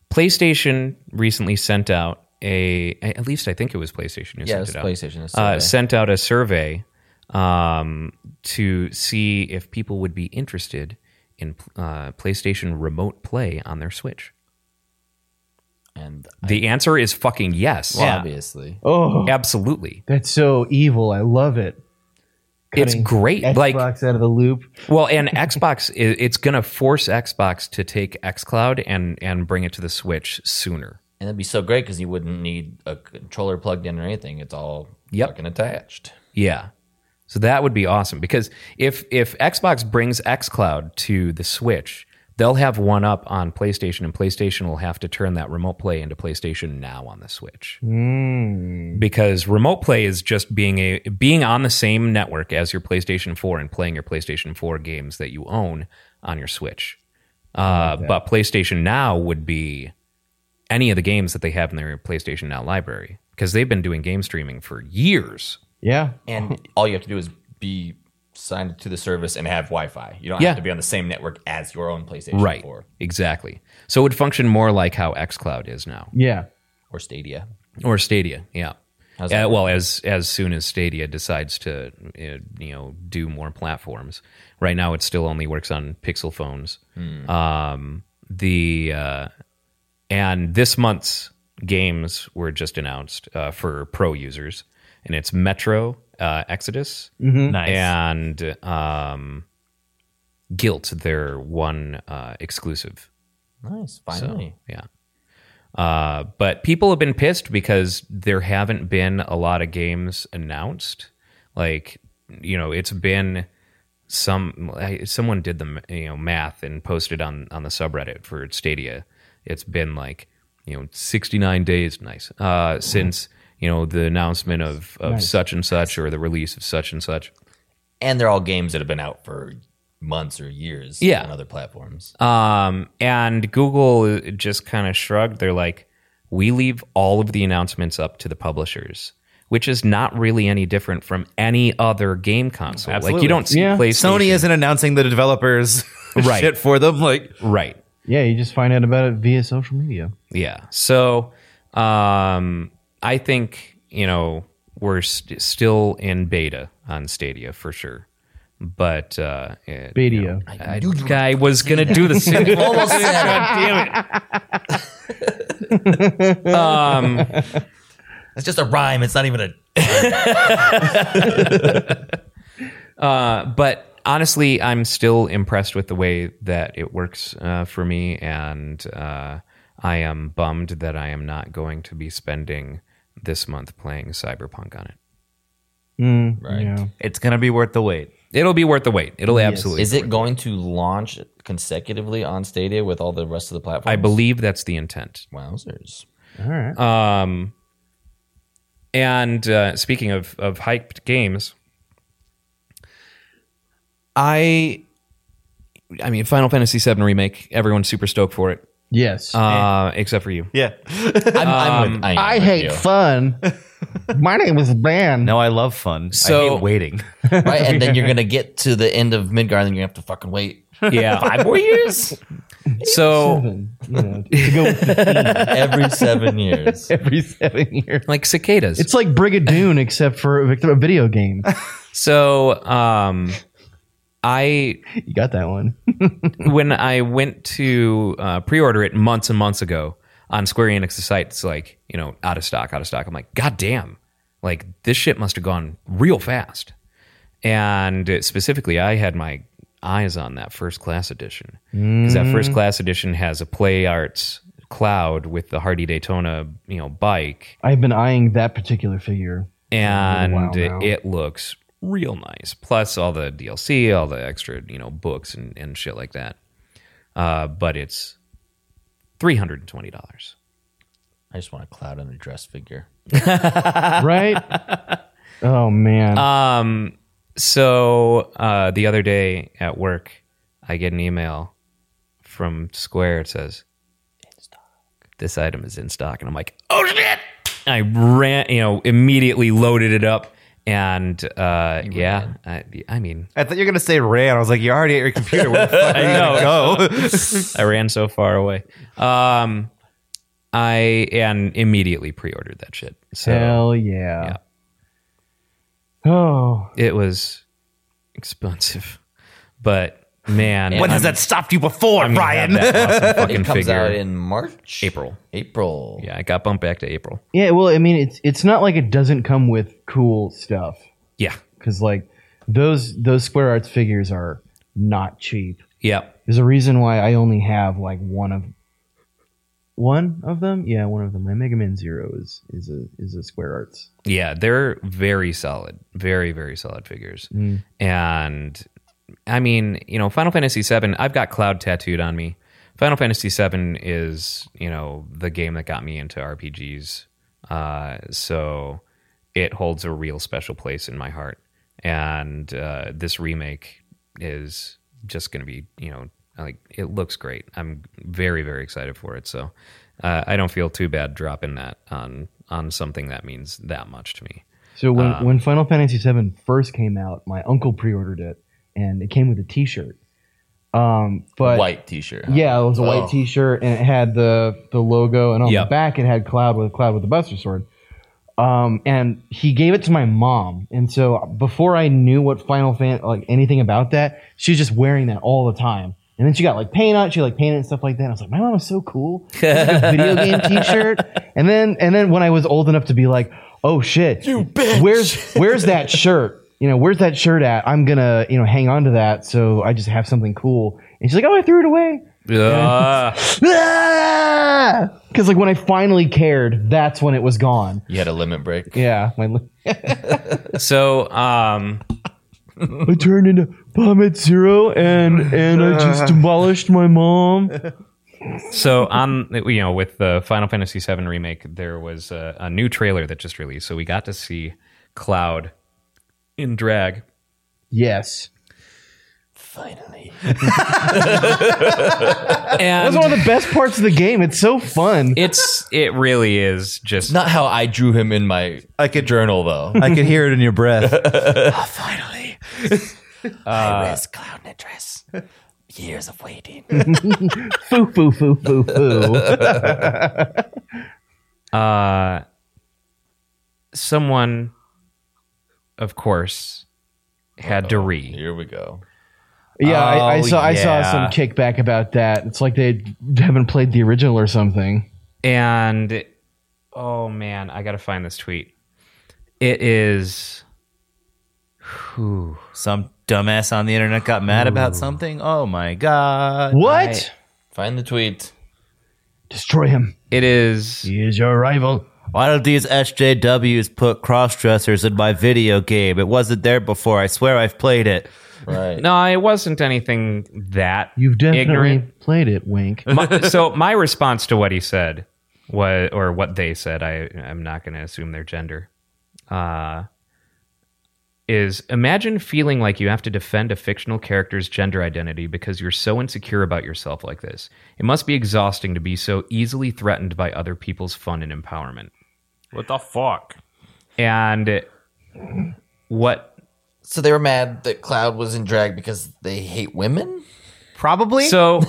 [SPEAKER 2] PlayStation recently sent out a. At least I think it was PlayStation who
[SPEAKER 5] Yeah,
[SPEAKER 2] sent
[SPEAKER 5] it's
[SPEAKER 2] it out.
[SPEAKER 5] PlayStation. It's
[SPEAKER 2] uh,
[SPEAKER 5] survey.
[SPEAKER 2] sent out a survey um, to see if people would be interested in uh, PlayStation Remote Play on their Switch.
[SPEAKER 5] and
[SPEAKER 2] The answer is fucking yes.
[SPEAKER 5] obviously,
[SPEAKER 4] Oh,
[SPEAKER 2] Absolutely.
[SPEAKER 4] that's so evil. I love it.
[SPEAKER 2] It's
[SPEAKER 4] cutting
[SPEAKER 2] great.
[SPEAKER 4] Xbox
[SPEAKER 2] Like-
[SPEAKER 4] out of the loop.
[SPEAKER 2] Well, and Xbox, i- it's going to force Xbox to take XCloud and and bring it to the Switch sooner.
[SPEAKER 5] And that'd be so great because you wouldn't need a controller plugged in or anything. It's all
[SPEAKER 2] Yep.
[SPEAKER 5] fucking attached.
[SPEAKER 2] Yeah. So that would be awesome because if if Xbox brings XCloud to the Switch, they'll have one up on PlayStation and PlayStation will have to turn that remote play into PlayStation Now on the Switch. Because remote play is just being a being on the same network as your PlayStation 4 and playing your PlayStation 4 games that you own on your Switch. Uh, but PlayStation Now would be any of the games that they have in their PlayStation Now library because they've been doing game streaming for years.
[SPEAKER 4] Yeah.
[SPEAKER 5] And all you have to do is be signed to the service and have Wi Fi. You don't
[SPEAKER 2] Yeah.
[SPEAKER 5] have to be on the same network as your own PlayStation
[SPEAKER 2] Right.
[SPEAKER 5] 4
[SPEAKER 2] Exactly. So it would function more like how XCloud is now,
[SPEAKER 4] Yeah.
[SPEAKER 5] or Stadia.
[SPEAKER 2] or Stadia. Yeah.
[SPEAKER 5] How's
[SPEAKER 2] Uh,
[SPEAKER 5] that?
[SPEAKER 2] well, as as soon as Stadia decides to, uh, you know, do more platforms. Right now, it still only works on Pixel phones. Um, the uh, and this month's games were just announced uh, for pro users, and it's Metro, uh, Exodus,
[SPEAKER 7] Nice.
[SPEAKER 2] and um, Guilt. Their one uh, exclusive.
[SPEAKER 5] Nice.
[SPEAKER 2] So,
[SPEAKER 5] Finally.
[SPEAKER 2] yeah. Uh, but people have been pissed because there haven't been a lot of games announced. Like, you know, it's been some I- someone did the you know math and posted on on the subreddit for Stadia. It's been like you know 69 days, nice, uh, since you know the announcement of of such and such or the release of such and such.
[SPEAKER 5] And they're all games that have been out for months or years
[SPEAKER 2] Yeah.
[SPEAKER 5] on other platforms.
[SPEAKER 2] Um, and Google just kind of shrugged. They're like, we leave all of the announcements up to the publishers, which is not really any different from any other game console. Like you
[SPEAKER 9] Absolutely.
[SPEAKER 2] don't see
[SPEAKER 4] Yeah.
[SPEAKER 2] PlayStation.
[SPEAKER 7] Sony isn't announcing the developers
[SPEAKER 2] Right.
[SPEAKER 7] shit for them. Like
[SPEAKER 2] right.
[SPEAKER 4] Yeah. You just find out about it via social media.
[SPEAKER 2] Yeah. So, um, I think you know we're st- still in beta on Stadia for sure, but uh, it-
[SPEAKER 4] Video.
[SPEAKER 2] I, I was gonna do the same.
[SPEAKER 5] Almost said
[SPEAKER 8] Damn
[SPEAKER 5] it.
[SPEAKER 8] it.
[SPEAKER 2] Um,
[SPEAKER 5] It's just a rhyme. It's not even a.
[SPEAKER 2] but honestly, I'm still impressed with the way that it works uh, for me, and uh, I am bummed that I am not going to be spending this month playing Cyberpunk on it.
[SPEAKER 4] Mm,
[SPEAKER 5] Right.
[SPEAKER 4] Yeah.
[SPEAKER 7] it's gonna be worth the wait.
[SPEAKER 2] It'll be worth the wait. It'll absolutely.
[SPEAKER 5] Is it going to launch consecutively on Stadia with all the rest of the platforms?
[SPEAKER 2] I believe that's the intent.
[SPEAKER 5] Wowzers.
[SPEAKER 4] All right.
[SPEAKER 2] Um, and uh, speaking of of hyped games, I, I mean, Final Fantasy VII remake. Everyone's super stoked for it,
[SPEAKER 4] yes.
[SPEAKER 2] uh, except for you. Um,
[SPEAKER 7] Yeah.
[SPEAKER 5] I'm, I'm with, I, am
[SPEAKER 4] Um, I
[SPEAKER 5] with
[SPEAKER 4] hate
[SPEAKER 5] you.
[SPEAKER 4] fun. My name is Bran.
[SPEAKER 7] No, I love fun. I
[SPEAKER 2] So-
[SPEAKER 7] hate waiting.
[SPEAKER 5] right? And then you're gonna get to the end of Midgar, and then you have to fucking wait
[SPEAKER 2] Yeah, five more years. So,
[SPEAKER 4] Seven, you know, to go with the theme
[SPEAKER 5] every seven years.
[SPEAKER 4] every seven years.
[SPEAKER 2] like cicadas.
[SPEAKER 4] It's like Brigadoon, except for a victim- a video game.
[SPEAKER 2] so, um, I
[SPEAKER 4] You got that one.
[SPEAKER 2] when I went to uh, pre-order it months and months ago on Square Enix's site, it's like you know out of stock, out of stock. I'm like, god damn, like this shit must have gone real fast. And uh, specifically, I had my eyes on that first class edition because that first class edition has a play arts cloud with the Hardy Daytona you know bike
[SPEAKER 4] I've been eyeing that particular figure.
[SPEAKER 2] and
[SPEAKER 4] while now.
[SPEAKER 2] it looks real nice. Plus all the DLC, all the extra you know books and, and shit like that. Uh, but it's three hundred and twenty dollars.
[SPEAKER 5] I just want a cloud and a dress figure.
[SPEAKER 4] Right? oh, man.
[SPEAKER 2] Um, so uh, the other day at work, I get an email from Square. It says, "This item is in stock," and I'm like, "Oh shit!" I ran, you know, immediately loaded it up, and uh, yeah, I, I mean,
[SPEAKER 7] I thought you were gonna say ran. I was like, you already at your computer. Where the fuck are you
[SPEAKER 2] know.
[SPEAKER 7] gonna go?
[SPEAKER 2] I ran so far away. Um, I and immediately pre-ordered that shit. So
[SPEAKER 4] Hell yeah. Oh,
[SPEAKER 2] it was expensive, but man,
[SPEAKER 7] When
[SPEAKER 2] I'm-
[SPEAKER 7] has that stopped you before,
[SPEAKER 2] I'm gonna have
[SPEAKER 7] Brian?
[SPEAKER 2] that awesome fucking
[SPEAKER 5] It comes
[SPEAKER 2] figure.
[SPEAKER 5] out in March,
[SPEAKER 2] April.
[SPEAKER 5] April.
[SPEAKER 2] Yeah, I got bumped back to April.
[SPEAKER 4] yeah. Well, I mean, it's it's not like it doesn't come with cool stuff
[SPEAKER 2] Yeah,
[SPEAKER 4] because, like, those those Square Arts figures are not cheap.
[SPEAKER 2] Yep.
[SPEAKER 4] There's a reason why I only have like one of one of them. Yeah, one of them. My Mega Man Zero is is a is a Square Arts.
[SPEAKER 2] Yeah, they're very solid, very very solid figures. And I mean, you know, Final Fantasy VII. I've got Cloud tattooed on me. Final Fantasy VII is you know the game that got me into RPGs. Uh, so it holds a real special place in my heart. And uh, this remake is just going to be, you know, like it looks great. I'm very, very excited for it. So uh, I don't feel too bad dropping that on on something that means that much to me.
[SPEAKER 4] So when, when Final Fantasy VII first came out, my uncle pre-ordered it, and it came with a T-shirt. Um, but
[SPEAKER 5] White T-shirt. huh?
[SPEAKER 4] Yeah, it was a white
[SPEAKER 5] Oh.
[SPEAKER 4] T-shirt, and it had the the logo, and on
[SPEAKER 2] Yep.
[SPEAKER 4] the back it had Cloud with Cloud with the Buster Sword. Um, and he gave it to my mom, and so before I knew what Final Fan like anything about that, she was just wearing that all the time. And then she got like paint on, it, she like painted and stuff like that. And I was like, my mom is so cool, It's like a video game T-shirt. And then and then when I was old enough to be like, oh shit, you bitch. where's where's that shirt? You know, where's that shirt at? I'm gonna you know hang on to that, so I just have something cool. And she's like, oh, I threw it away. Because like when I finally cared, that's when it was gone.
[SPEAKER 5] You had a limit break.
[SPEAKER 4] Yeah, my li-
[SPEAKER 2] So um,
[SPEAKER 4] I turned into bomb at zero, and and I just demolished my mom.
[SPEAKER 2] so on you know with the final fantasy VII remake there was a, a new trailer that just released so we got to see cloud in drag
[SPEAKER 4] Yes, that's
[SPEAKER 2] and
[SPEAKER 4] one of the best parts of the game. It's so fun.
[SPEAKER 2] it's it really is just
[SPEAKER 5] Not how I drew him in my
[SPEAKER 7] I could
[SPEAKER 5] journal though.
[SPEAKER 7] I could hear it in your breath.
[SPEAKER 5] Finally. I risk cloud in a dress. Years of waiting.
[SPEAKER 4] foo foo foo foo foo.
[SPEAKER 2] uh someone of course had to re
[SPEAKER 5] Here we go.
[SPEAKER 4] Yeah, I, I
[SPEAKER 2] Oh,
[SPEAKER 4] saw I saw
[SPEAKER 2] yeah.
[SPEAKER 4] some kickback about that. It's like they haven't played the original or something.
[SPEAKER 2] and oh man i gotta find this tweet it is whew,
[SPEAKER 7] Some dumbass on the internet got mad about something. Oh my god!
[SPEAKER 4] What?
[SPEAKER 5] Find the tweet.
[SPEAKER 4] Destroy him.
[SPEAKER 2] it is
[SPEAKER 4] He is your rival.
[SPEAKER 7] Why do these SJWs put crossdressers in my video game? It wasn't there before. I swear I've played it.
[SPEAKER 5] Right.
[SPEAKER 2] No, it wasn't anything that
[SPEAKER 4] You've definitely
[SPEAKER 2] ignorant.
[SPEAKER 4] played it, Wink.
[SPEAKER 2] My- so my response to what he said was, or what they said, I I'm not going to assume their gender. Uh, is imagine feeling like you have to defend a fictional character's gender identity because you're so insecure about yourself like this. It must be exhausting to be so easily threatened by other people's fun and empowerment.
[SPEAKER 9] What the fuck?
[SPEAKER 2] And what?
[SPEAKER 5] So they were mad that Cloud was in drag because they hate women?
[SPEAKER 7] Probably.
[SPEAKER 2] So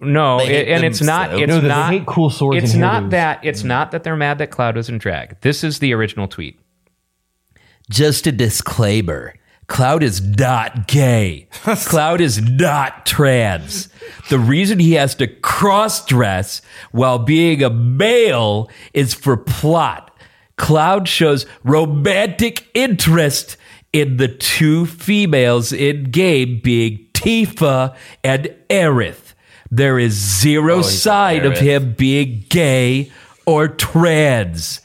[SPEAKER 2] no,
[SPEAKER 5] They
[SPEAKER 2] it,
[SPEAKER 5] hate
[SPEAKER 2] and it's not.
[SPEAKER 5] themselves.
[SPEAKER 2] It's
[SPEAKER 4] No, they
[SPEAKER 2] not.
[SPEAKER 4] hate cool swords.
[SPEAKER 2] it's
[SPEAKER 4] and
[SPEAKER 2] not
[SPEAKER 4] hairdos.
[SPEAKER 2] that it's
[SPEAKER 3] Mm.
[SPEAKER 2] not that they're mad that cloud was in drag this is the original tweet
[SPEAKER 3] Just a disclaimer Cloud is not gay. Cloud is not trans. The reason he has to cross dress while being a male is for plot. Cloud shows romantic interest in the two females in game being Tifa and Aerith. There is zero sign of
[SPEAKER 5] Aerith.
[SPEAKER 3] him being gay or trans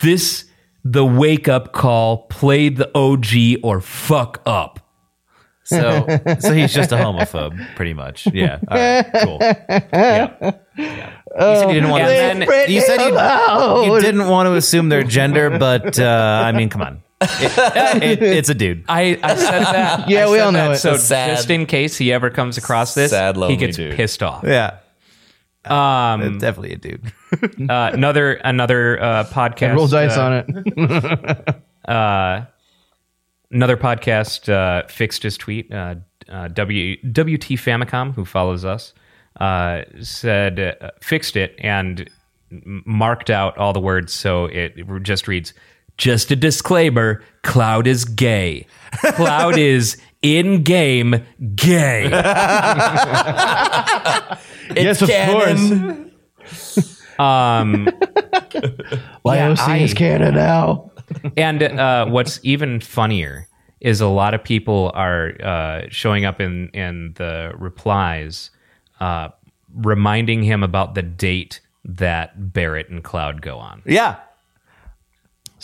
[SPEAKER 3] this the wake up call play the og or fuck up
[SPEAKER 7] So, so he's just a homophobe, pretty much. Yeah. All right. Cool. Yeah. yeah. You said
[SPEAKER 4] Oh,
[SPEAKER 7] you didn't want
[SPEAKER 2] And
[SPEAKER 7] to.
[SPEAKER 2] then-
[SPEAKER 7] You said you, you didn't want to assume their gender, but uh, I mean, come on. It- it- it's a dude.
[SPEAKER 2] I, I said that.
[SPEAKER 4] Yeah,
[SPEAKER 2] I
[SPEAKER 4] we
[SPEAKER 2] said
[SPEAKER 4] all know
[SPEAKER 2] that
[SPEAKER 4] it.
[SPEAKER 2] So
[SPEAKER 5] Sad.
[SPEAKER 2] just in case he ever comes across this,
[SPEAKER 5] Sad,
[SPEAKER 2] he
[SPEAKER 5] lonely
[SPEAKER 2] gets
[SPEAKER 5] dude.
[SPEAKER 2] pissed off.
[SPEAKER 7] Yeah.
[SPEAKER 2] Um,
[SPEAKER 7] Definitely a dude.
[SPEAKER 2] uh, another another uh, podcast.
[SPEAKER 4] Roll dice
[SPEAKER 2] uh,
[SPEAKER 4] on it.
[SPEAKER 2] Another podcast uh, fixed his tweet. Uh, uh, w WT Famicom, who follows us, uh, said uh, fixed it and m- marked out all the words so it just reads
[SPEAKER 3] just a disclaimer cloud is gay cloud is in game gay
[SPEAKER 4] yes, of course.
[SPEAKER 2] um
[SPEAKER 4] Lioc
[SPEAKER 2] I-
[SPEAKER 4] is canon now.
[SPEAKER 2] And uh, what's even funnier is a lot of people are uh, showing up in in the replies, uh, reminding him about the date that Barrett and Cloud go on.
[SPEAKER 7] Yeah.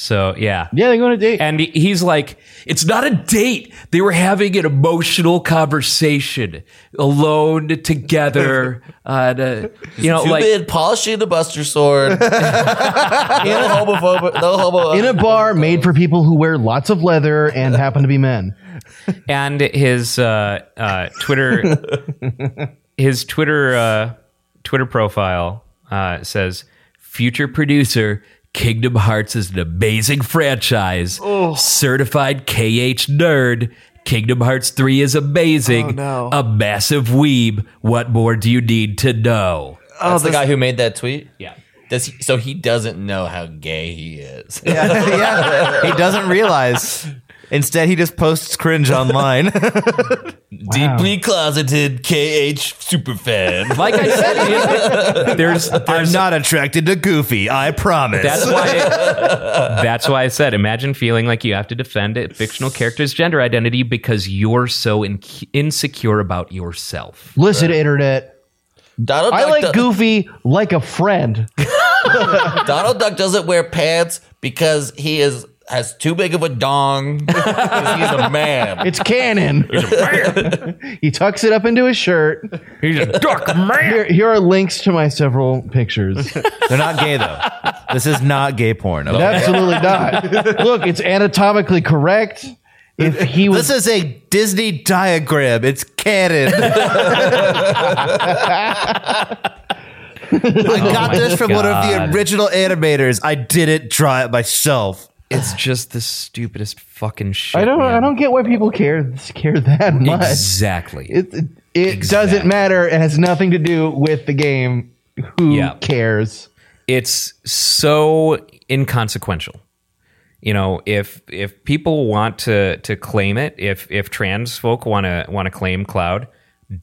[SPEAKER 2] So yeah,
[SPEAKER 4] Yeah, they're going to date.
[SPEAKER 2] and he- he's like,
[SPEAKER 3] It's not a date. They were having an emotional conversation alone together.
[SPEAKER 2] uh,
[SPEAKER 3] on a, you know,
[SPEAKER 5] Two
[SPEAKER 3] like
[SPEAKER 5] bid polishing the Buster sword. no homophobic. No homo.
[SPEAKER 4] in a bar made for people who wear lots of leather and happen to be men.
[SPEAKER 2] and his uh, uh, Twitter, his Twitter uh, Twitter profile uh, says
[SPEAKER 3] future producer, Kingdom Hearts is an amazing franchise. Certified KH nerd. Kingdom Hearts 3 is amazing.
[SPEAKER 8] no.
[SPEAKER 3] A massive weeb. What more do you need to know?
[SPEAKER 5] That's the guy who made that tweet. Yeah. Does he, so he doesn't know how gay he is.
[SPEAKER 7] yeah. He doesn't realize. Instead, he just posts cringe online.
[SPEAKER 5] Deeply closeted KH superfan.
[SPEAKER 2] Like I said, there's,
[SPEAKER 7] I'm
[SPEAKER 2] there's
[SPEAKER 7] not attracted to Goofy, I promise.
[SPEAKER 2] that's why that's why I said imagine feeling like you have to defend a fictional character's gender identity because you're so in- insecure about yourself.
[SPEAKER 4] Listen, internet.
[SPEAKER 5] Donald
[SPEAKER 4] I
[SPEAKER 5] Duck
[SPEAKER 4] like
[SPEAKER 5] do-
[SPEAKER 4] Goofy like a friend.
[SPEAKER 5] Donald Duck doesn't wear pants because he is has too big of a dong. 'Cause he's a man.
[SPEAKER 4] It's canon. he tucks it up into his shirt.
[SPEAKER 2] He's a dark
[SPEAKER 4] Here,
[SPEAKER 2] man.
[SPEAKER 4] here are links to my several pictures.
[SPEAKER 7] They're not gay, though. This is not gay porn. okay?
[SPEAKER 4] Absolutely not. Look, it's anatomically correct. If he was
[SPEAKER 7] This is a Disney diagram. It's canon. I got
[SPEAKER 4] Oh
[SPEAKER 7] this from one of the original animators. I didn't draw it myself.
[SPEAKER 2] It's just the stupidest fucking shit.
[SPEAKER 4] I don't.
[SPEAKER 2] man.
[SPEAKER 4] I don't get why people care care that much.
[SPEAKER 3] Exactly.
[SPEAKER 4] It it, it doesn't matter. It has nothing to do with the game. Who
[SPEAKER 2] Yeah.
[SPEAKER 4] cares?
[SPEAKER 2] it's so inconsequential. You know, if if people want to to claim it, if if trans folk want to want to claim cloud,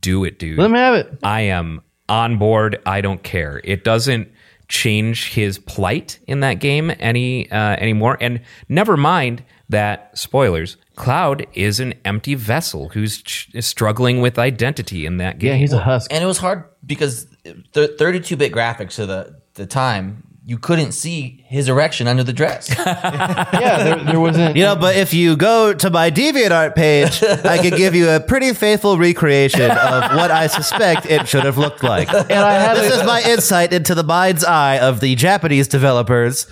[SPEAKER 2] do it, dude.
[SPEAKER 4] Let him have it.
[SPEAKER 2] I am on board. I don't care. It doesn't change his plight in that game any uh, anymore. And never mind that spoilers. Cloud is an empty vessel who's ch- struggling with identity in that game.
[SPEAKER 4] Yeah, he's a husk.
[SPEAKER 5] And it was hard because the 32-bit graphics of the the time you couldn't see his erection under the dress.
[SPEAKER 4] Yeah, there, there wasn't.
[SPEAKER 7] You know, but if you go to my DeviantArt page, I could give you a pretty faithful recreation of what I suspect it should have looked like.
[SPEAKER 4] And I have
[SPEAKER 7] This
[SPEAKER 4] a,
[SPEAKER 7] is my insight into the mind's eye of the Japanese developers.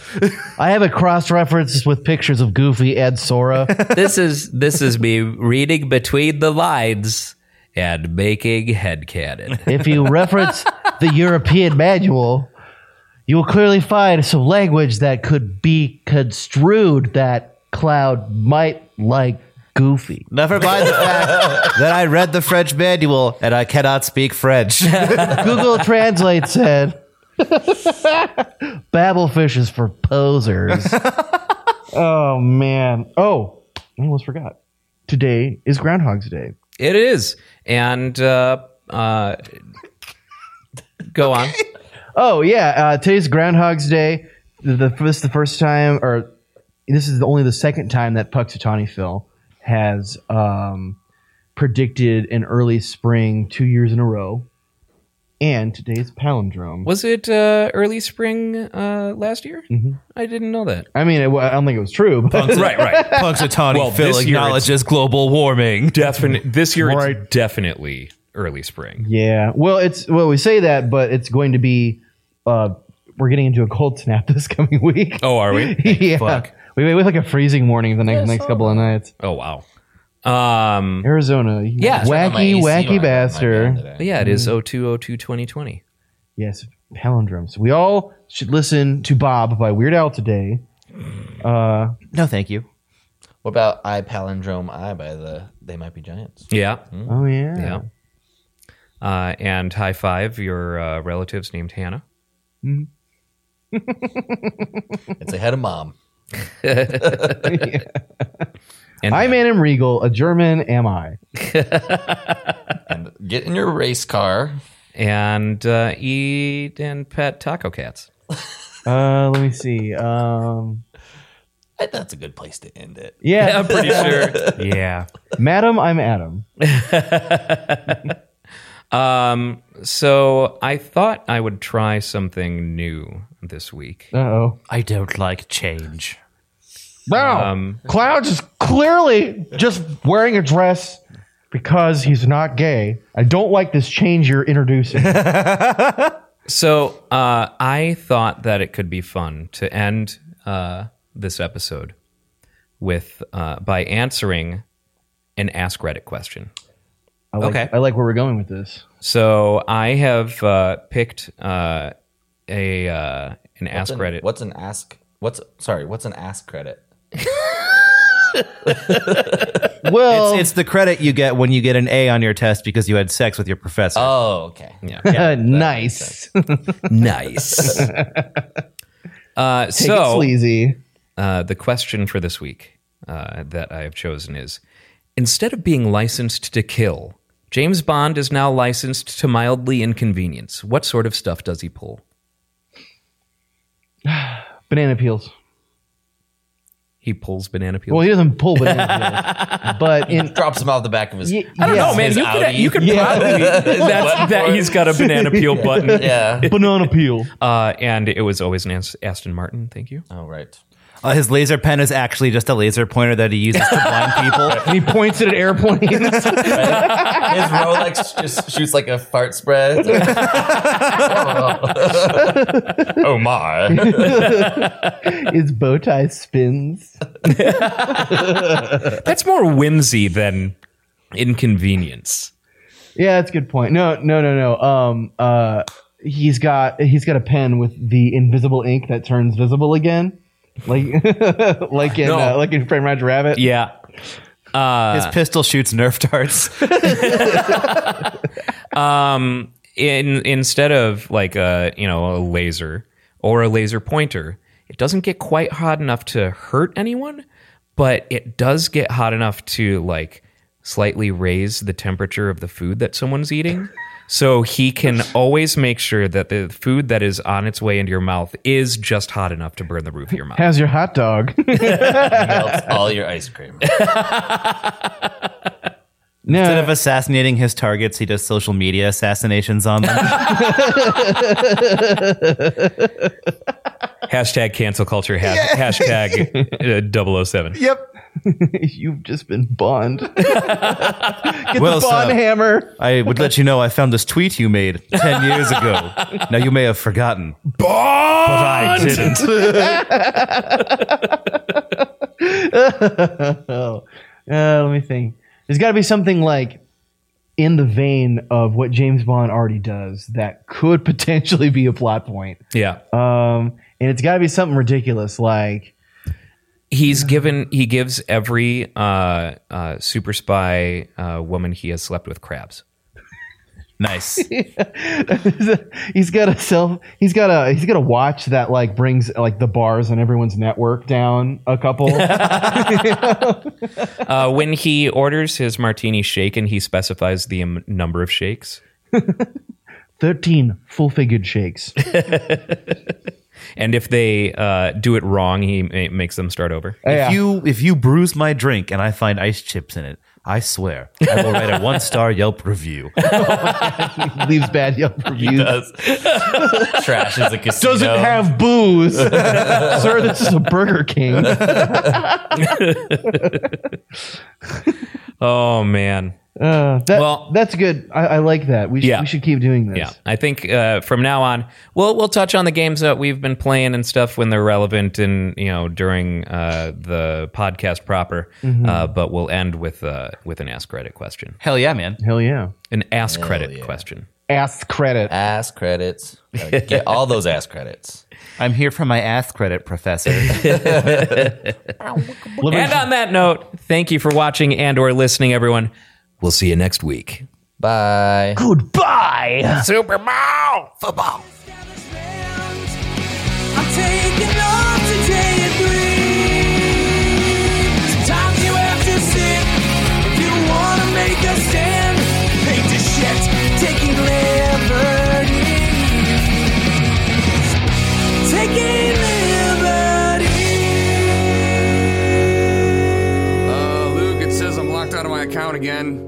[SPEAKER 4] I have a cross reference with pictures of Goofy and Sora.
[SPEAKER 3] this is this is me reading between the lines and making headcanon.
[SPEAKER 4] if you reference the European manual, you will clearly find some language that could be construed that Cloud might like Goofy.
[SPEAKER 7] Never mind the fact that I read the French manual and I cannot speak French.
[SPEAKER 4] Google Translate said, "Babelfish is for posers." oh man! Oh, I almost forgot. Today is Groundhog's Day.
[SPEAKER 2] It is. And uh, uh, go on.
[SPEAKER 4] Oh yeah, uh, today's Groundhog's Day. The, the, this is the first time, or this is only the second time that Puxatawny Phil has um, predicted an early spring two years in a row. And today's palindrome.
[SPEAKER 2] Was it uh, early spring uh, last year? Mm-hmm. I didn't know that.
[SPEAKER 4] I mean, it, wa- I don't think it was true, but
[SPEAKER 2] right, right.
[SPEAKER 7] Punxsutawney
[SPEAKER 2] Well, Phil this year acknowledges
[SPEAKER 7] global warming.
[SPEAKER 2] Defin- this year,
[SPEAKER 4] Right.
[SPEAKER 2] it's definitely early spring.
[SPEAKER 4] Yeah. Well, it's well we say that, but it's going to be. Uh, we're getting into a cold snap this coming week.
[SPEAKER 2] Oh, are we?
[SPEAKER 4] yeah. We we have like a freezing warning the next next couple of nights.
[SPEAKER 2] Oh, wow. Um,
[SPEAKER 4] Arizona, you
[SPEAKER 2] Yeah, it's right
[SPEAKER 5] My AC
[SPEAKER 4] wacky
[SPEAKER 5] went
[SPEAKER 4] wacky
[SPEAKER 5] on my fan
[SPEAKER 4] bastard.
[SPEAKER 5] today.
[SPEAKER 2] yeah, it
[SPEAKER 4] Mm.
[SPEAKER 2] is 0202 2020.
[SPEAKER 4] Yes, palindromes. We all should listen to Bob by Weird Al today. Uh,
[SPEAKER 7] No, thank you.
[SPEAKER 5] What about I palindrome I by the They Might Be Giants?
[SPEAKER 2] Yeah,
[SPEAKER 4] oh yeah.
[SPEAKER 2] yeah. Uh, and high five your uh, relatives named Hannah.
[SPEAKER 5] It's ahead of mom.
[SPEAKER 2] And
[SPEAKER 4] I man am regal. A German am I?
[SPEAKER 5] And get in your race car.
[SPEAKER 2] and uh, eat and pet taco cats.
[SPEAKER 4] Uh, let me see. Um,
[SPEAKER 5] bet that's a good place to end it.
[SPEAKER 4] Yeah,
[SPEAKER 2] I'm pretty sure. yeah.
[SPEAKER 4] madam, I'm Adam.
[SPEAKER 2] So I thought I would try something new this week.
[SPEAKER 4] Uh oh.
[SPEAKER 8] I don't like change.
[SPEAKER 4] Wow.
[SPEAKER 2] Um,
[SPEAKER 4] Cloud's is clearly just wearing a dress because he's not gay. I don't like this change you're introducing.
[SPEAKER 2] So uh, I thought that it could be fun to end uh, this episode with uh, by answering an Ask Reddit question.
[SPEAKER 4] I like,
[SPEAKER 2] Okay.
[SPEAKER 4] I like where we're going with this.
[SPEAKER 2] So I have uh, picked uh, a uh, an Ask
[SPEAKER 5] What's an-
[SPEAKER 2] Reddit.
[SPEAKER 5] What's an ask? What's sorry? What's an ask credit?
[SPEAKER 4] Well,
[SPEAKER 7] It's, it's the credit you get when you get an A on your test because you had sex with your professor.
[SPEAKER 5] Oh, okay.
[SPEAKER 4] nice.
[SPEAKER 3] Nice.
[SPEAKER 2] Uh,
[SPEAKER 4] Take it
[SPEAKER 2] so
[SPEAKER 4] sleazy.
[SPEAKER 2] uh, the question for this week uh, that I have chosen is: instead of being licensed to kill, James Bond is now licensed to mildly inconvenience. What sort of stuff does he pull?
[SPEAKER 4] Banana peels.
[SPEAKER 2] He pulls banana peels.
[SPEAKER 4] Well, he doesn't pull banana peels, but in
[SPEAKER 5] Drops him out the back of his.
[SPEAKER 4] y-
[SPEAKER 2] I don't
[SPEAKER 4] yeah,
[SPEAKER 2] know, man.
[SPEAKER 5] His
[SPEAKER 2] You could,
[SPEAKER 5] Audi.
[SPEAKER 2] you could probably that's, that he's got a banana peel button.
[SPEAKER 5] Yeah.
[SPEAKER 4] banana peel.
[SPEAKER 2] Uh, and it was always an Ast- Aston Martin. Thank you.
[SPEAKER 5] oh right.
[SPEAKER 7] Uh, his laser pen is actually just a laser pointer that he uses to blind people.
[SPEAKER 4] He points it at airplanes.
[SPEAKER 5] His Rolex just shoots like a fart spread. oh my!
[SPEAKER 4] His bow tie spins.
[SPEAKER 2] That's more whimsy than inconvenience.
[SPEAKER 4] Yeah, that's a good point. No, no, no, no. Um, uh, he's got he's got a pen with the invisible ink that turns visible again, like like in uh, like in Frame Roger Rabbit.
[SPEAKER 2] Yeah.
[SPEAKER 7] His pistol shoots Nerf darts.
[SPEAKER 2] In instead of like a you know a laser or a laser pointer, it doesn't get quite hot enough to hurt anyone, but it does get hot enough to like slightly raise the temperature of the food that someone's eating. So he can always make sure that the food that is on its way into your mouth is just hot enough to burn the roof of your mouth.
[SPEAKER 4] How's your hot dog?
[SPEAKER 5] Melts all your ice cream.
[SPEAKER 4] no,
[SPEAKER 7] Instead of assassinating his targets, he does social media assassinations on them.
[SPEAKER 2] Hashtag cancel culture. Has- Hashtag uh, 007.
[SPEAKER 4] you've just been bond. Get
[SPEAKER 7] Well,
[SPEAKER 4] the bond
[SPEAKER 7] sir.
[SPEAKER 4] hammer.
[SPEAKER 7] I would let you know I found this tweet you made 10 years ago. Now you may have forgotten.
[SPEAKER 9] I didn't.
[SPEAKER 4] Uh, let me think. There's got to be something like in the vein of what James Bond already does that could potentially be a plot point.
[SPEAKER 2] Yeah.
[SPEAKER 4] Um, and it's got to be something ridiculous like
[SPEAKER 2] he's given he gives every uh, uh, super spy uh, woman he has slept with crabs.
[SPEAKER 7] Nice.
[SPEAKER 4] he's got a self he's got a he's got a watch that like brings like the bars on everyone's network down a couple.
[SPEAKER 2] Uh, when he orders his martini shaken, he specifies the um, number of shakes,
[SPEAKER 4] 13 full-figured shakes.
[SPEAKER 2] and if they uh, do it wrong, he ma- makes them start over.
[SPEAKER 4] Yeah.
[SPEAKER 7] If you if you bruise my drink and I find ice chips in it, I swear I will write a one star Yelp review.
[SPEAKER 4] leaves bad Yelp reviews.
[SPEAKER 5] Trashes the casino.
[SPEAKER 4] Doesn't have booze. Sir, this is a Burger King.
[SPEAKER 2] Oh man,
[SPEAKER 4] Uh, that,
[SPEAKER 2] Well-
[SPEAKER 4] that's good. I, I like that. We, sh-
[SPEAKER 2] Yeah.
[SPEAKER 4] we should keep doing this.
[SPEAKER 2] yeah. I think uh, from now on, we'll we'll touch on the games that we've been playing and stuff when they're relevant and you know during uh, the podcast proper. Uh, but we'll end with uh, with an ask credit question,
[SPEAKER 7] Hell yeah, man.
[SPEAKER 4] Hell yeah.
[SPEAKER 2] an ask credit question.
[SPEAKER 4] Ass credit.
[SPEAKER 5] ass credits. Gotta Get all those ass credits.
[SPEAKER 7] I'm here for my ass credit, Professor.
[SPEAKER 2] And on that note, thank you for watching and or listening, everyone. We'll see you next week.
[SPEAKER 5] Bye.
[SPEAKER 10] establishment. I'm taking off today and breathe. Sometimes you have to sit if you wanna make a stand. Hate to shit, taking liberties. Taking liberties.
[SPEAKER 1] again?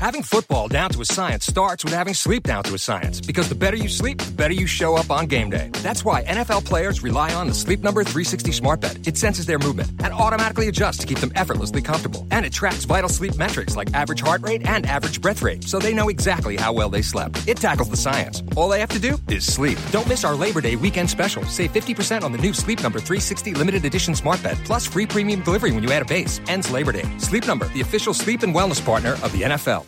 [SPEAKER 11] Having football down to a science starts with having sleep down to a science because the better you sleep, the better you show up on game day. That's why NFL players rely on the Sleep Number 360 smart bed. It senses their movement and automatically adjusts to keep them effortlessly comfortable. And it tracks vital sleep metrics like average heart rate and average breath rate so they know exactly how well they slept. It tackles the science. All they have to do is sleep. Don't miss our Labor Day weekend special. Save 50% on the new Sleep Number 360 limited edition smart bed plus free premium delivery when you add a base. Ends Labor Day. Sleep Number, the official sleep and wellness partner of the NFL.